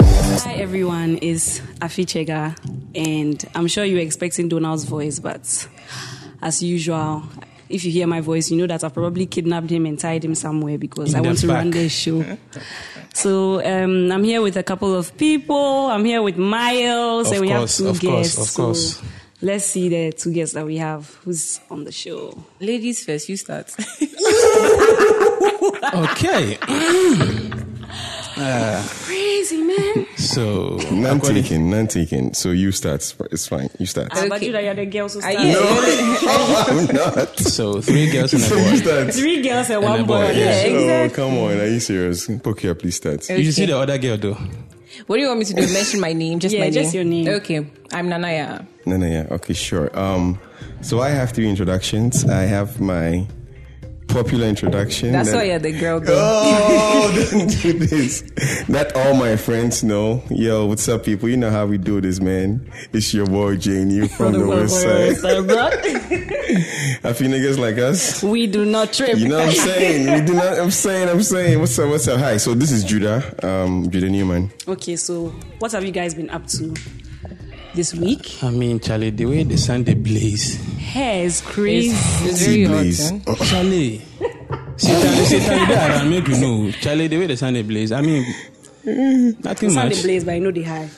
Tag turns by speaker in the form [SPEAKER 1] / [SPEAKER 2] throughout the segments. [SPEAKER 1] Hi everyone, is Afi Chega, and I'm sure you're expecting Donald's voice, but as usual, if you hear my voice, you know that I've probably kidnapped him and tied him somewhere because I
[SPEAKER 2] the
[SPEAKER 1] want to run
[SPEAKER 2] back.
[SPEAKER 1] this show. so um, I'm here with a couple of people. I'm here with Miles,
[SPEAKER 2] Of
[SPEAKER 1] and we
[SPEAKER 2] course,
[SPEAKER 1] have two
[SPEAKER 2] of course,
[SPEAKER 1] guests.
[SPEAKER 2] of course.
[SPEAKER 1] So let's see the two guests that we have who's on the show.
[SPEAKER 3] Ladies first, you start.
[SPEAKER 2] Okay,
[SPEAKER 1] Crazy man.
[SPEAKER 2] so
[SPEAKER 4] None taken, none taken. So you start. It's fine. You start.
[SPEAKER 1] Ah, But
[SPEAKER 3] Okay.
[SPEAKER 1] you that you're the girl, so
[SPEAKER 3] Are
[SPEAKER 1] start.
[SPEAKER 3] you-
[SPEAKER 4] I'm not.
[SPEAKER 2] so three girls and a
[SPEAKER 4] So you
[SPEAKER 2] boy.
[SPEAKER 4] start.
[SPEAKER 1] Three girls and one
[SPEAKER 2] a
[SPEAKER 1] boy.
[SPEAKER 2] boy,
[SPEAKER 1] Yeah,
[SPEAKER 2] yes.
[SPEAKER 4] Oh, come on. Are you serious? Pokia, please start.
[SPEAKER 2] You should see the other girl though.
[SPEAKER 3] What do you want me to do? Mention my name, just
[SPEAKER 1] Yeah,
[SPEAKER 3] my
[SPEAKER 1] just
[SPEAKER 3] name.
[SPEAKER 1] your name.
[SPEAKER 3] Okay, I'm Nanaya.
[SPEAKER 4] No, no, yeah. Okay, sure. Um, so I have three introductions. I have my popular introduction.
[SPEAKER 3] That's
[SPEAKER 4] that-
[SPEAKER 3] why you're the girl. Though.
[SPEAKER 4] Oh, don't do this. That all my friends know. Yo, what's up, people? You know how we do this, man. It's your boy Jane, you from, the, West Side. I feel niggas like us.
[SPEAKER 1] we do not trip.
[SPEAKER 4] You know what I'm saying? We do not, I'm saying, I'm saying. What's up? What's up? Hi. So this is Judah, um, Judah Newman.
[SPEAKER 1] Okay, so what have you guys been up to this week?
[SPEAKER 2] I mean, Charlie, the way the Sunday blaze,
[SPEAKER 1] Hair is
[SPEAKER 3] It's,
[SPEAKER 1] crazy.
[SPEAKER 3] it's very
[SPEAKER 4] Please. Oh,
[SPEAKER 3] important.
[SPEAKER 2] Charlie. Satan, Satan, that I make you know, Charlie, the way the Sunday blaze. I mean, nothing
[SPEAKER 1] Sound
[SPEAKER 2] much.
[SPEAKER 1] the blaze, but I know the high.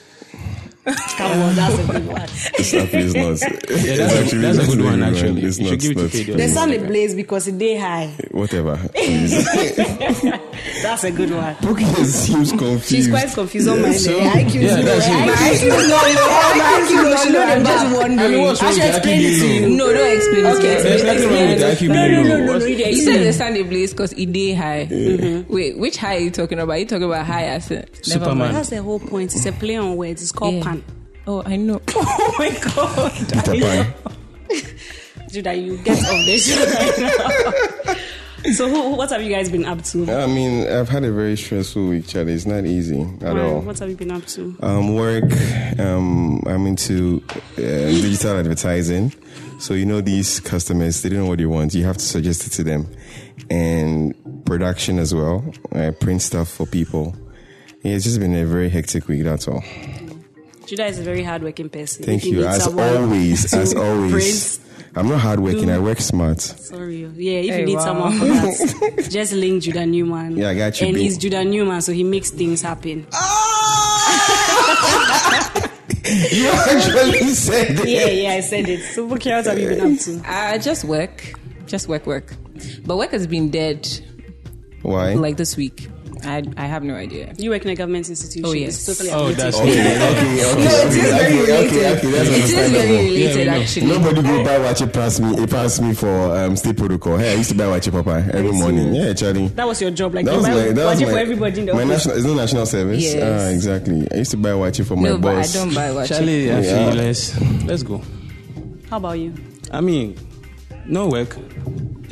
[SPEAKER 1] Come on, that's a good one.
[SPEAKER 4] It's actually it's nuts.
[SPEAKER 2] Yeah,
[SPEAKER 4] It's
[SPEAKER 2] that's, a,
[SPEAKER 4] actually
[SPEAKER 2] that's a
[SPEAKER 4] nuts,
[SPEAKER 2] good one
[SPEAKER 4] man.
[SPEAKER 2] actually.
[SPEAKER 4] It's
[SPEAKER 2] you should
[SPEAKER 4] nuts,
[SPEAKER 2] give it to
[SPEAKER 4] nuts.
[SPEAKER 2] Pedro.
[SPEAKER 1] The sound the blaze because the day high.
[SPEAKER 4] Whatever. Please.
[SPEAKER 1] That's a good one.
[SPEAKER 4] Brooke just seems confused.
[SPEAKER 1] She's quite confused on my end.
[SPEAKER 2] So-
[SPEAKER 1] The IQ is
[SPEAKER 2] yeah,
[SPEAKER 1] low.
[SPEAKER 2] that's it.
[SPEAKER 1] My IQ is low. My IQ is low. I'm just wondering.
[SPEAKER 2] I mean, what's wrong
[SPEAKER 1] I should
[SPEAKER 2] with the
[SPEAKER 1] explain it to
[SPEAKER 2] IQ
[SPEAKER 1] you.
[SPEAKER 2] being
[SPEAKER 3] No, don't explain it.
[SPEAKER 1] Okay,
[SPEAKER 2] There's
[SPEAKER 3] Explain
[SPEAKER 2] nothing wrong with the IQ
[SPEAKER 1] No,
[SPEAKER 2] being
[SPEAKER 1] no,
[SPEAKER 2] low.
[SPEAKER 1] no, no, no.
[SPEAKER 2] What's-
[SPEAKER 3] You said the Sunday blaze because it day high. Wait, which high are you talking about? You talking about high as in- never
[SPEAKER 2] Superman.
[SPEAKER 3] mind.
[SPEAKER 1] That's the whole point. It's a play on words. It's called
[SPEAKER 3] Yeah.
[SPEAKER 1] pan.
[SPEAKER 3] Oh, I know.
[SPEAKER 1] Oh my god.
[SPEAKER 4] Peter Pan.
[SPEAKER 1] Judah, you get on this show right now. so, who, who- what have you guys been up to?
[SPEAKER 4] I mean, I've had a very stressful week, Charlie. It's not easy at
[SPEAKER 1] Why?
[SPEAKER 4] all.
[SPEAKER 1] What have you been up to?
[SPEAKER 4] Um, work. Um, I'm into uh, digital advertising. So you know these customers, they don't know what they want. You have to suggest it to them, and production as well. I print stuff for people. Yeah, it's just been a very hectic week. That's all.
[SPEAKER 1] Judah is a very hardworking person.
[SPEAKER 4] Thank
[SPEAKER 1] If
[SPEAKER 4] you,
[SPEAKER 1] meet
[SPEAKER 4] as
[SPEAKER 1] someone
[SPEAKER 4] always.
[SPEAKER 1] to
[SPEAKER 4] As always,
[SPEAKER 1] print-
[SPEAKER 4] I'm not hardworking. I work smart.
[SPEAKER 1] sorry, oh. yeah. If
[SPEAKER 3] Hey,
[SPEAKER 1] you need
[SPEAKER 3] wow.
[SPEAKER 1] someone for that, just link Judah Newman.
[SPEAKER 4] Yeah, I got you,
[SPEAKER 1] And
[SPEAKER 4] babe. Ah,
[SPEAKER 1] he's Judah Newman, so he makes things happen.
[SPEAKER 4] You actually said it.
[SPEAKER 1] yeah, yeah, I said it. So, what else have you been up to?
[SPEAKER 3] I just work, just work, work. But work has been dead
[SPEAKER 1] Eh?
[SPEAKER 4] Why?
[SPEAKER 3] like this week. I I have no idea.
[SPEAKER 1] You work in a government institution.
[SPEAKER 3] Oh, yes.
[SPEAKER 1] It's totally
[SPEAKER 2] Oh, that's
[SPEAKER 1] affiliated.
[SPEAKER 4] okay, okay, okay, okay, okay, okay, okay, that's
[SPEAKER 3] It is very
[SPEAKER 4] understandable.
[SPEAKER 3] related,
[SPEAKER 2] Yeah, we know. Oh
[SPEAKER 3] actually.
[SPEAKER 4] Nobody go buy watch it past me. It passed me for um, state protocol. Hey, I used to buy watch it, Papa, every morning. Yeah, Charlie.
[SPEAKER 1] that was your job. Like,
[SPEAKER 4] That
[SPEAKER 1] you
[SPEAKER 4] was
[SPEAKER 1] buy
[SPEAKER 4] my. That was
[SPEAKER 1] budget
[SPEAKER 4] my.
[SPEAKER 1] for everybody in the
[SPEAKER 4] my
[SPEAKER 1] office.
[SPEAKER 4] national. It's not national service.
[SPEAKER 3] Yes.
[SPEAKER 4] Ah, exactly. I used to buy watch it for my
[SPEAKER 3] no, but I
[SPEAKER 4] boss.
[SPEAKER 3] don't buy watch.
[SPEAKER 2] Charlie, I
[SPEAKER 4] Yeah.
[SPEAKER 2] feel let's let's go.
[SPEAKER 1] How about you?
[SPEAKER 2] I mean, no work,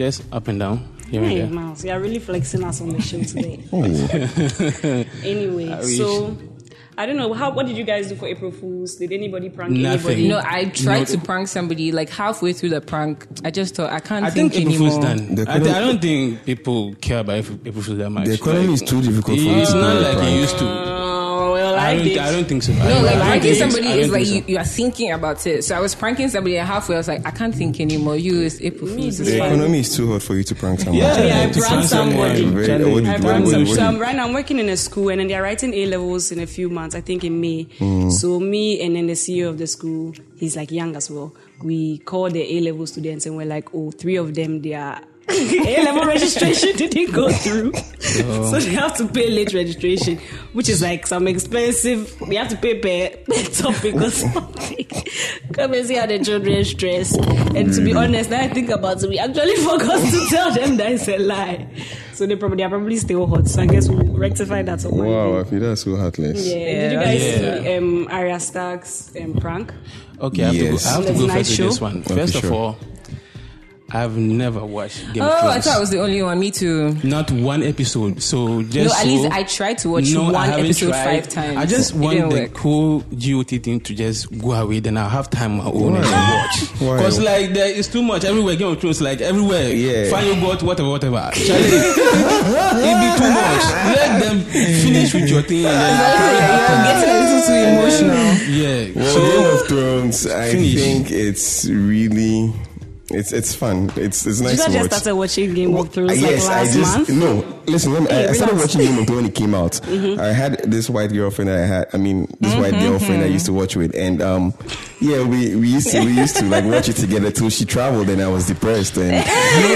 [SPEAKER 2] just up and down here and
[SPEAKER 1] Hey,
[SPEAKER 2] there.
[SPEAKER 1] Miles, you are really flexing us on the show today.
[SPEAKER 4] Oh,
[SPEAKER 1] Anyway,
[SPEAKER 2] wish.
[SPEAKER 1] so I don't know. How, what did you guys do for April Fools? Did anybody prank
[SPEAKER 2] Nothing.
[SPEAKER 1] anybody?
[SPEAKER 3] No, I tried
[SPEAKER 2] No.
[SPEAKER 3] to prank somebody like halfway through the prank. I just thought I can't
[SPEAKER 2] I
[SPEAKER 3] think,
[SPEAKER 2] think April
[SPEAKER 3] anymore.
[SPEAKER 2] Fool's done.
[SPEAKER 4] They
[SPEAKER 2] I, th- I
[SPEAKER 4] couldn't-
[SPEAKER 2] don't think people care about April April Fool's that much.
[SPEAKER 4] the economy
[SPEAKER 2] Like,
[SPEAKER 4] is too difficult for me
[SPEAKER 2] It's
[SPEAKER 4] to
[SPEAKER 2] not
[SPEAKER 4] buy
[SPEAKER 2] like
[SPEAKER 4] prank.
[SPEAKER 2] it used to.
[SPEAKER 1] Oh, well,
[SPEAKER 2] I
[SPEAKER 1] I,
[SPEAKER 2] don't,
[SPEAKER 1] did.
[SPEAKER 2] I don't think so.
[SPEAKER 3] No, like
[SPEAKER 2] I don't
[SPEAKER 3] pranking
[SPEAKER 2] think-
[SPEAKER 3] somebody
[SPEAKER 2] I don't
[SPEAKER 3] is like
[SPEAKER 2] think
[SPEAKER 3] you, you are thinking about it. So I was pranking somebody, and halfway I was like, I can't think anymore. You is April Fool's.
[SPEAKER 4] The
[SPEAKER 3] is fine.
[SPEAKER 4] economy is too hot for you to prank someone.
[SPEAKER 2] Yeah,
[SPEAKER 4] Charlie.
[SPEAKER 1] I
[SPEAKER 2] yeah, to
[SPEAKER 1] pranked
[SPEAKER 2] prank
[SPEAKER 1] somebody.
[SPEAKER 2] someone.
[SPEAKER 4] Very- I wouldn't
[SPEAKER 1] I
[SPEAKER 2] Charlie,
[SPEAKER 4] do it.
[SPEAKER 1] prank
[SPEAKER 4] What-
[SPEAKER 1] some.
[SPEAKER 4] what-
[SPEAKER 1] So I'm right now I'm working in a school and then they're writing A levels in a few months, I think in May.
[SPEAKER 2] Mm.
[SPEAKER 1] So me and then the CEO of the school, he's like young as well. We call the A level students and we're like, oh, three of them they are A level registration didn't go through.
[SPEAKER 2] Oh.
[SPEAKER 1] So they have to pay late registration, which is like some expensive they have to pay per, per topic or something. Come and see how the children stress. And to be
[SPEAKER 4] Mm.
[SPEAKER 1] honest, now I think about it, we actually forgot to tell them that it's a lie. So they probably they are probably still hot. So I guess we'll rectify that on Monday.
[SPEAKER 4] Wow, I feel that's so heartless.
[SPEAKER 1] Yeah. Did you
[SPEAKER 3] Yeah.
[SPEAKER 1] guys
[SPEAKER 2] Yeah.
[SPEAKER 1] see um, Arya Stark's um, prank?
[SPEAKER 2] Okay, I have to
[SPEAKER 4] Yes.
[SPEAKER 2] go, I have to
[SPEAKER 1] There's
[SPEAKER 2] go
[SPEAKER 1] night
[SPEAKER 2] first with
[SPEAKER 1] show.
[SPEAKER 2] this one.
[SPEAKER 4] Okay,
[SPEAKER 2] First of
[SPEAKER 4] sure.
[SPEAKER 2] all, I've never watched Game of
[SPEAKER 3] Oh, I
[SPEAKER 2] Thrones.
[SPEAKER 3] thought I was the only one. Me too.
[SPEAKER 2] Not one episode. So just
[SPEAKER 3] No, at least
[SPEAKER 2] so-
[SPEAKER 3] I tried to watch
[SPEAKER 2] I
[SPEAKER 3] one
[SPEAKER 2] haven't
[SPEAKER 3] episode
[SPEAKER 2] tried.
[SPEAKER 3] five times.
[SPEAKER 2] I just
[SPEAKER 3] It
[SPEAKER 2] want
[SPEAKER 3] didn't
[SPEAKER 2] the
[SPEAKER 3] work.
[SPEAKER 2] cool GOT thing to just go away. Then I'll have time my own and
[SPEAKER 4] Why?
[SPEAKER 2] watch.
[SPEAKER 4] Why?
[SPEAKER 2] Because like there is too much everywhere. Game of Thrones like everywhere.
[SPEAKER 4] Yeah.
[SPEAKER 2] Final God, whatever, whatever. Charlie, it be too much. Let them finish with your thing. And then
[SPEAKER 3] Getting a little too emotional.
[SPEAKER 2] yeah.
[SPEAKER 4] So
[SPEAKER 2] So
[SPEAKER 4] Game of Thrones, I
[SPEAKER 2] Finish.
[SPEAKER 4] think it's really it's it's fun. It's it's
[SPEAKER 1] You
[SPEAKER 4] nice
[SPEAKER 1] guys
[SPEAKER 4] to
[SPEAKER 1] just
[SPEAKER 4] watch.
[SPEAKER 1] started watching Game of Thrones like
[SPEAKER 4] yes,
[SPEAKER 1] last
[SPEAKER 4] I just
[SPEAKER 1] month.
[SPEAKER 4] no. Listen, let me, I, I started
[SPEAKER 1] relax.
[SPEAKER 4] watching Game of Thrones when it came out.
[SPEAKER 1] Mm-hmm.
[SPEAKER 4] I had this white girlfriend that I had. I mean, this white girlfriend I used to watch with, and um, yeah, we, we used to we used to like watch it together till she traveled, and I was depressed, and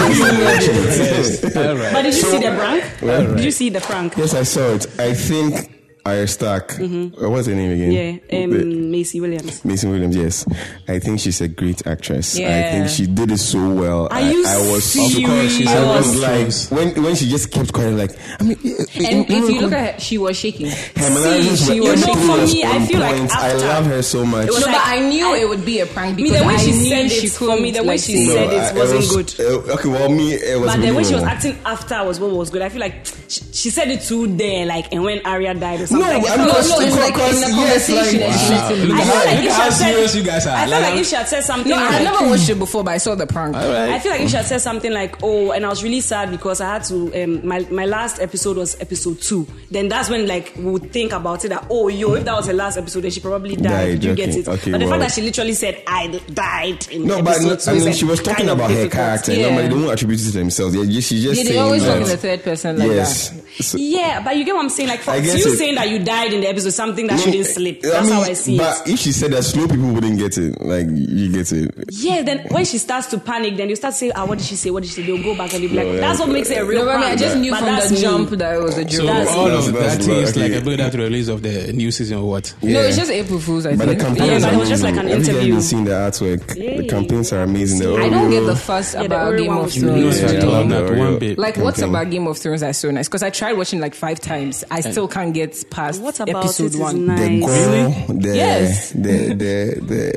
[SPEAKER 4] we still watch it.
[SPEAKER 2] all right.
[SPEAKER 1] But did you see the prank? Did you see the prank?
[SPEAKER 4] yes, I saw it. I think I Stark. uh, What's her name again?
[SPEAKER 1] Mm-hmm. Yeah, um, Macy Williams.
[SPEAKER 4] Mason Williams, yes. I think she's a great actress. I
[SPEAKER 3] Yeah.
[SPEAKER 4] think she did it so well. I,
[SPEAKER 1] you
[SPEAKER 4] I was
[SPEAKER 1] serious?
[SPEAKER 2] Of course, she's
[SPEAKER 4] I was
[SPEAKER 2] Game of
[SPEAKER 4] like
[SPEAKER 2] Thrones.
[SPEAKER 4] when when she just kept quiet, like I mean,
[SPEAKER 3] And if you look at her, she was shaking.
[SPEAKER 1] she was shaking. You know, for me, I feel like
[SPEAKER 4] I
[SPEAKER 1] after-
[SPEAKER 4] love her so much.
[SPEAKER 1] was
[SPEAKER 3] No,
[SPEAKER 1] like-
[SPEAKER 3] but I knew it would be a prank
[SPEAKER 1] the
[SPEAKER 3] because
[SPEAKER 1] way she
[SPEAKER 3] I knew
[SPEAKER 1] said
[SPEAKER 3] she
[SPEAKER 1] it, for me, the
[SPEAKER 3] couldn't,
[SPEAKER 1] way
[SPEAKER 3] like,
[SPEAKER 1] she
[SPEAKER 3] say-
[SPEAKER 1] said it wasn't good.
[SPEAKER 4] Uh, okay, well, me, it was
[SPEAKER 1] But the way she was
[SPEAKER 4] really-
[SPEAKER 1] acting after was what was good. I feel like she, she said it too there, like, and when Arya died or
[SPEAKER 4] No,
[SPEAKER 1] something. like that.
[SPEAKER 4] I mean,
[SPEAKER 3] No, no,
[SPEAKER 4] cause-
[SPEAKER 3] it's like in
[SPEAKER 4] cause-
[SPEAKER 3] the
[SPEAKER 4] yes,
[SPEAKER 3] conversation
[SPEAKER 4] like-
[SPEAKER 3] and she
[SPEAKER 2] Wow.
[SPEAKER 3] said-
[SPEAKER 2] Look
[SPEAKER 1] I
[SPEAKER 2] at
[SPEAKER 1] feel
[SPEAKER 2] how-
[SPEAKER 1] like
[SPEAKER 2] look
[SPEAKER 1] if she
[SPEAKER 2] how
[SPEAKER 1] had said-
[SPEAKER 2] serious you guys are.
[SPEAKER 1] I feel like
[SPEAKER 2] I'm-
[SPEAKER 1] if she had said something,
[SPEAKER 3] No, I
[SPEAKER 1] like,
[SPEAKER 3] never watched it before, but I saw the prank.
[SPEAKER 2] all right.
[SPEAKER 1] I feel like if she had said something like, "Oh," and I was really sad because I had to. Um, my my last episode was episode two. Then that's when like we would think about it that oh yo, if that was the last episode, then she probably died.
[SPEAKER 4] Died,
[SPEAKER 1] you
[SPEAKER 4] okay,
[SPEAKER 1] get it?
[SPEAKER 4] okay,
[SPEAKER 1] but the
[SPEAKER 4] well.
[SPEAKER 1] fact that she literally said, "I died," in
[SPEAKER 4] No, but
[SPEAKER 1] episode two
[SPEAKER 4] I
[SPEAKER 1] is,
[SPEAKER 4] mean,
[SPEAKER 1] like,
[SPEAKER 4] she was talking
[SPEAKER 1] kind of
[SPEAKER 4] about her
[SPEAKER 1] difficult.
[SPEAKER 4] character.
[SPEAKER 3] Yeah.
[SPEAKER 4] Normally, they don't attribute it to themselves. Yeah, she just
[SPEAKER 3] Yeah, they
[SPEAKER 4] saying
[SPEAKER 3] always
[SPEAKER 4] that.
[SPEAKER 3] talk in the third person like
[SPEAKER 4] yes.
[SPEAKER 3] that.
[SPEAKER 4] So-
[SPEAKER 1] Yeah, but you get what I'm saying. Like for
[SPEAKER 4] I
[SPEAKER 1] you
[SPEAKER 4] guess it-
[SPEAKER 1] saying that you died in the episode, something that she didn't sleep. That's
[SPEAKER 4] mean,
[SPEAKER 1] how I see it.
[SPEAKER 4] But if she said that, slow people wouldn't get it. Like you get it.
[SPEAKER 1] Yeah, then when she starts to panic, then you start saying, ah, what did she say? What did she do? Go back and be like,
[SPEAKER 4] No, yeah,
[SPEAKER 1] that's what
[SPEAKER 4] but-
[SPEAKER 1] makes it a real
[SPEAKER 3] No, but I mean, I
[SPEAKER 1] prank.
[SPEAKER 3] just knew
[SPEAKER 1] But
[SPEAKER 3] from
[SPEAKER 1] that's
[SPEAKER 3] the
[SPEAKER 1] me.
[SPEAKER 3] jump that it was a
[SPEAKER 2] so
[SPEAKER 3] joke.
[SPEAKER 1] That's-
[SPEAKER 2] all
[SPEAKER 4] That's-
[SPEAKER 2] of
[SPEAKER 4] that's
[SPEAKER 2] that thing is
[SPEAKER 4] right.
[SPEAKER 2] like a build up to the release of the new season or what?
[SPEAKER 3] No, it's just April Fool's, I
[SPEAKER 4] But the
[SPEAKER 3] think.
[SPEAKER 4] campaigns,
[SPEAKER 1] but
[SPEAKER 4] are
[SPEAKER 1] it was just like
[SPEAKER 4] amazing.
[SPEAKER 1] an
[SPEAKER 4] Every time
[SPEAKER 1] interview.
[SPEAKER 4] you've seen the artwork, the
[SPEAKER 1] Yeah.
[SPEAKER 4] campaigns are amazing. The
[SPEAKER 3] I don't get the
[SPEAKER 4] Oreo-
[SPEAKER 3] fuss
[SPEAKER 1] the
[SPEAKER 3] about
[SPEAKER 1] Oreo
[SPEAKER 3] Game
[SPEAKER 1] one
[SPEAKER 3] of
[SPEAKER 1] was really
[SPEAKER 2] No,
[SPEAKER 1] Yeah,
[SPEAKER 3] Thrones.
[SPEAKER 2] it's
[SPEAKER 4] I
[SPEAKER 2] at all,
[SPEAKER 4] love
[SPEAKER 2] not
[SPEAKER 4] the
[SPEAKER 2] one
[SPEAKER 4] Oreo.
[SPEAKER 2] bit.
[SPEAKER 3] Like, what's
[SPEAKER 4] Okay.
[SPEAKER 3] about Game of Thrones that's so nice? Because I tried watching like five times. I still can't get past
[SPEAKER 1] What about it
[SPEAKER 3] episode
[SPEAKER 1] is
[SPEAKER 3] one.
[SPEAKER 1] nice.
[SPEAKER 4] the goal, the,
[SPEAKER 3] Yes.
[SPEAKER 4] the the the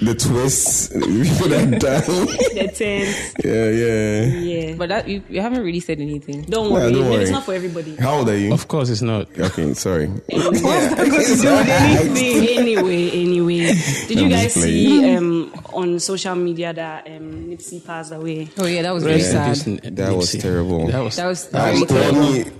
[SPEAKER 4] the twists people that die.
[SPEAKER 1] The tense.
[SPEAKER 4] yeah, yeah.
[SPEAKER 1] Yeah. But
[SPEAKER 3] But that you, you haven't really said anything.
[SPEAKER 1] don't
[SPEAKER 4] Yeah,
[SPEAKER 1] worry.
[SPEAKER 4] don't
[SPEAKER 1] Maybe
[SPEAKER 4] worry.
[SPEAKER 1] It's not for everybody.
[SPEAKER 4] How old are you?
[SPEAKER 2] Of course, it's not.
[SPEAKER 4] Okay, sorry.
[SPEAKER 1] anyway, anyway. Did
[SPEAKER 4] I'm
[SPEAKER 1] you
[SPEAKER 4] just
[SPEAKER 1] guys see um, on social media that um, Nipsey passed away?
[SPEAKER 3] Oh yeah, that was very
[SPEAKER 2] Rest in
[SPEAKER 3] sad.
[SPEAKER 2] peace, N-
[SPEAKER 4] That was
[SPEAKER 2] Nipsey.
[SPEAKER 4] terrible.
[SPEAKER 2] That was
[SPEAKER 3] That was very
[SPEAKER 4] Um,
[SPEAKER 3] terrible.
[SPEAKER 4] Rodney-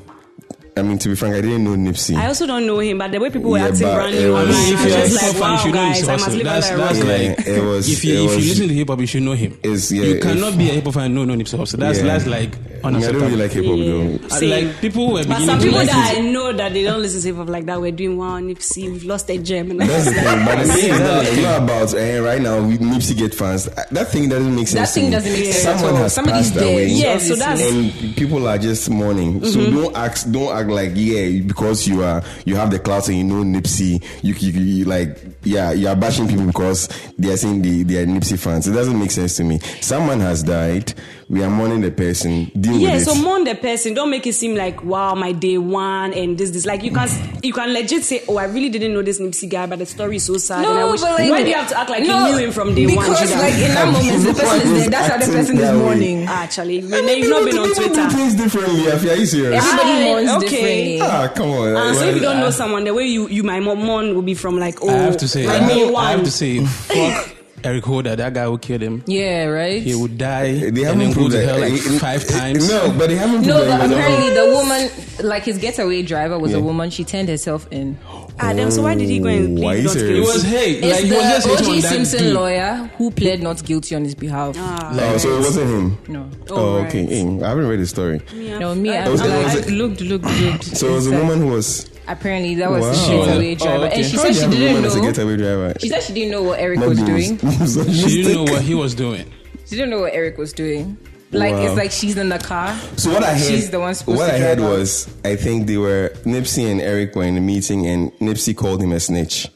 [SPEAKER 4] I mean, to be frank, I didn't know Nipsey.
[SPEAKER 1] I also don't know him, but the way people were
[SPEAKER 4] Yeah,
[SPEAKER 1] acting
[SPEAKER 4] but
[SPEAKER 1] brand
[SPEAKER 4] it
[SPEAKER 1] new
[SPEAKER 4] was- I
[SPEAKER 1] online,
[SPEAKER 4] mean,
[SPEAKER 1] I
[SPEAKER 4] if
[SPEAKER 1] was
[SPEAKER 4] you're a
[SPEAKER 1] just
[SPEAKER 2] hip-hop
[SPEAKER 1] like,
[SPEAKER 2] fan,
[SPEAKER 1] wow,
[SPEAKER 2] you know his
[SPEAKER 1] guys, I
[SPEAKER 2] hustle.
[SPEAKER 1] must live
[SPEAKER 2] That's-
[SPEAKER 1] under a rock.
[SPEAKER 2] that's
[SPEAKER 4] yeah,
[SPEAKER 2] like-
[SPEAKER 4] it was.
[SPEAKER 2] if you
[SPEAKER 4] it
[SPEAKER 2] if you
[SPEAKER 4] was-
[SPEAKER 2] listen to hip hop, you should know him.
[SPEAKER 4] It's- yeah,
[SPEAKER 2] you
[SPEAKER 4] if-
[SPEAKER 2] cannot be a hip hop fan and no know Nipsey Hussle. That's
[SPEAKER 4] Yeah.
[SPEAKER 2] that's like
[SPEAKER 4] I mean, I don't
[SPEAKER 2] unacceptable.
[SPEAKER 4] really like hip hop though.
[SPEAKER 2] Uh,
[SPEAKER 1] Same.
[SPEAKER 2] like, people were
[SPEAKER 1] But
[SPEAKER 2] beginning
[SPEAKER 1] some
[SPEAKER 2] to
[SPEAKER 1] people
[SPEAKER 2] like
[SPEAKER 1] that I
[SPEAKER 2] it.
[SPEAKER 1] know that they don't listen to hip hop like that were doing wow, Nipsey, we've lost a gem. And I
[SPEAKER 4] That's
[SPEAKER 1] was
[SPEAKER 4] the
[SPEAKER 1] like,
[SPEAKER 4] thing. But the thing is that it's not about eh, right now. We Nipsey get fans. That thing doesn't make sense.
[SPEAKER 3] That thing
[SPEAKER 4] to me.
[SPEAKER 3] doesn't make sense
[SPEAKER 4] Someone
[SPEAKER 3] at all.
[SPEAKER 4] has
[SPEAKER 3] Somebody's
[SPEAKER 4] passed
[SPEAKER 3] dead.
[SPEAKER 4] away.
[SPEAKER 1] Yeah, so that's-
[SPEAKER 4] and people are just mourning. So don't act. Don't act like yeah because you are you have the clout and you know Nipsey. You, you, you like yeah you are bashing people because they are saying they, they are Nipsey fans. It doesn't make sense to me. Someone has died. We are mourning the person. Deal
[SPEAKER 1] yeah,
[SPEAKER 4] with
[SPEAKER 1] so
[SPEAKER 4] it.
[SPEAKER 1] mourn the person. Don't make it seem like wow, my day one and this, this. Like you can, you can legit say, oh, I really didn't know this Nipsey guy, but the story is so sad. and I wish, why do you have to act like you knew him from day one?
[SPEAKER 3] Because
[SPEAKER 1] Judah?
[SPEAKER 3] like in that moment, the person is there. That's how the person is mourning.
[SPEAKER 1] Ah, actually, you've not been on
[SPEAKER 4] People do
[SPEAKER 1] Twitter.
[SPEAKER 4] things differently. Afia, Are you serious?
[SPEAKER 1] Yeah.
[SPEAKER 3] Everybody mourns
[SPEAKER 1] Okay.
[SPEAKER 3] differently.
[SPEAKER 4] Ah, come on.
[SPEAKER 1] Uh, so
[SPEAKER 4] Well,
[SPEAKER 1] if you don't
[SPEAKER 2] I-
[SPEAKER 1] know someone, the way you you might mourn- mourn will be from like oh,
[SPEAKER 2] I have to say, I
[SPEAKER 1] my day
[SPEAKER 2] have,
[SPEAKER 1] one.
[SPEAKER 2] I have to say, fuck Eric Holder. That guy who killed him.
[SPEAKER 3] Yeah, right.
[SPEAKER 2] He would die
[SPEAKER 4] They
[SPEAKER 2] and
[SPEAKER 4] haven't
[SPEAKER 2] then go
[SPEAKER 4] proved
[SPEAKER 2] to
[SPEAKER 4] that.
[SPEAKER 2] hell like
[SPEAKER 4] It- it-
[SPEAKER 2] five
[SPEAKER 4] it-
[SPEAKER 2] times.
[SPEAKER 4] No, but they haven't
[SPEAKER 3] No,
[SPEAKER 4] proved that.
[SPEAKER 3] but
[SPEAKER 4] it was
[SPEAKER 3] apparently
[SPEAKER 4] all-
[SPEAKER 3] the woman, like his getaway driver, was
[SPEAKER 4] Yeah.
[SPEAKER 3] a woman. She turned herself in.
[SPEAKER 1] Ah, then so why did he go and
[SPEAKER 4] Why is
[SPEAKER 1] plead not
[SPEAKER 4] it-
[SPEAKER 2] It
[SPEAKER 1] guilty?
[SPEAKER 2] was hate.
[SPEAKER 3] It's
[SPEAKER 2] Like it was just
[SPEAKER 3] the
[SPEAKER 2] hate on
[SPEAKER 3] O.J.
[SPEAKER 2] that
[SPEAKER 3] Simpson
[SPEAKER 2] dude.
[SPEAKER 3] lawyer who pled not guilty on his behalf.
[SPEAKER 4] Oh, so it wasn't him.
[SPEAKER 3] No,
[SPEAKER 4] Oh,
[SPEAKER 1] Alright.
[SPEAKER 4] okay. Mm, I haven't read the story.
[SPEAKER 3] no, me. I,
[SPEAKER 1] It
[SPEAKER 4] was-
[SPEAKER 3] was,
[SPEAKER 4] it was-
[SPEAKER 3] like, I looked, looked, looked.
[SPEAKER 4] So it was a woman who was.
[SPEAKER 3] Apparently, that was the
[SPEAKER 4] Wow.
[SPEAKER 3] getaway
[SPEAKER 2] Oh,
[SPEAKER 3] driver,
[SPEAKER 2] okay.
[SPEAKER 3] and she
[SPEAKER 4] How do
[SPEAKER 3] said
[SPEAKER 4] you
[SPEAKER 3] she
[SPEAKER 4] have a
[SPEAKER 3] didn't
[SPEAKER 4] woman as a
[SPEAKER 3] know.
[SPEAKER 4] getaway driver?
[SPEAKER 3] She said she didn't know what Eric was
[SPEAKER 4] Must be mis-
[SPEAKER 3] doing.
[SPEAKER 4] misunderstood.
[SPEAKER 2] She didn't know what he was doing.
[SPEAKER 3] She didn't know what Eric was doing. Like
[SPEAKER 4] Wow.
[SPEAKER 3] it's like she's in the car.
[SPEAKER 4] So what I heard,
[SPEAKER 3] She's the one supposed
[SPEAKER 4] what
[SPEAKER 3] to
[SPEAKER 4] I heard
[SPEAKER 3] drive her.
[SPEAKER 4] was, I think they were Nipsey and Eric were in a meeting, and Nipsey called him a snitch,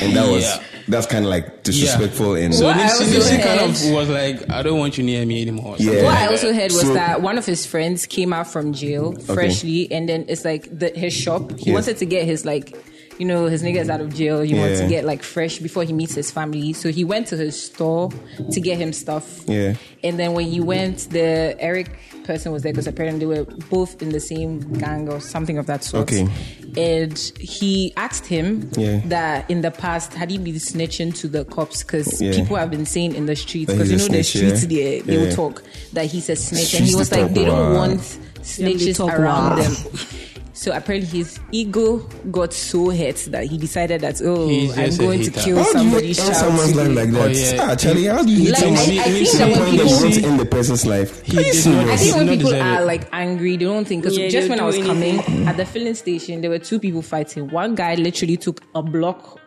[SPEAKER 4] and that was
[SPEAKER 2] Yeah.
[SPEAKER 4] that's kind of like disrespectful and
[SPEAKER 2] So
[SPEAKER 3] What I
[SPEAKER 2] this,
[SPEAKER 3] also
[SPEAKER 2] this
[SPEAKER 3] heard-
[SPEAKER 2] kind of was like, I don't want you near me anymore.
[SPEAKER 4] Yeah.
[SPEAKER 3] What I also heard was
[SPEAKER 4] So-
[SPEAKER 3] that one of his friends came out from jail freshly, and then it's like the, his shop. He
[SPEAKER 4] Yes.
[SPEAKER 3] wanted to get his like, you know, his nigga's out of jail. You want
[SPEAKER 4] Yeah.
[SPEAKER 3] to get like fresh before he meets his family. So he went to his store to get him stuff.
[SPEAKER 4] Yeah.
[SPEAKER 3] And then when he went, the Eric person was there because apparently they were both in the same gang or something of that sort.
[SPEAKER 4] Okay.
[SPEAKER 3] And he asked him
[SPEAKER 4] Yeah.
[SPEAKER 3] that in the past had he been snitching to the cops because
[SPEAKER 4] Yeah.
[SPEAKER 3] people have been saying in the streets
[SPEAKER 4] That
[SPEAKER 3] because you
[SPEAKER 4] he's
[SPEAKER 3] know
[SPEAKER 4] a
[SPEAKER 3] the
[SPEAKER 4] snitch, yeah.
[SPEAKER 3] streets there they will
[SPEAKER 4] Yeah.
[SPEAKER 3] talk that he's a snitch and
[SPEAKER 4] Streets
[SPEAKER 3] he was
[SPEAKER 4] they
[SPEAKER 3] like
[SPEAKER 4] talk,
[SPEAKER 3] they don't
[SPEAKER 4] wow.
[SPEAKER 3] want
[SPEAKER 1] Them they
[SPEAKER 3] snitches
[SPEAKER 1] talk,
[SPEAKER 3] around
[SPEAKER 1] wow.
[SPEAKER 3] them. So apparently his ego got so hurt that he decided that oh
[SPEAKER 2] He's
[SPEAKER 3] I'm
[SPEAKER 2] just a
[SPEAKER 3] going to
[SPEAKER 2] hater.
[SPEAKER 3] kill
[SPEAKER 4] How do you
[SPEAKER 3] somebody.
[SPEAKER 4] end
[SPEAKER 3] shout
[SPEAKER 4] someone's life
[SPEAKER 3] today.
[SPEAKER 4] like that?
[SPEAKER 2] Oh, yeah.
[SPEAKER 4] Ah, Charlie, how do you hit
[SPEAKER 3] Like,
[SPEAKER 4] someone?
[SPEAKER 3] I- I
[SPEAKER 2] He-
[SPEAKER 3] think
[SPEAKER 2] he-
[SPEAKER 3] that when
[SPEAKER 4] someone that
[SPEAKER 3] people-
[SPEAKER 4] you want to end the person's life?
[SPEAKER 2] He
[SPEAKER 4] Are you
[SPEAKER 2] did not-
[SPEAKER 4] serious?
[SPEAKER 3] I think
[SPEAKER 2] It's
[SPEAKER 3] when
[SPEAKER 2] not
[SPEAKER 3] people
[SPEAKER 2] deserved.
[SPEAKER 3] are like angry, they don't think. Because
[SPEAKER 1] Yeah,
[SPEAKER 3] just
[SPEAKER 1] they'll
[SPEAKER 3] when I
[SPEAKER 1] do
[SPEAKER 3] was
[SPEAKER 1] anything.
[SPEAKER 3] coming at the filling station, there were two people fighting. One guy literally took a block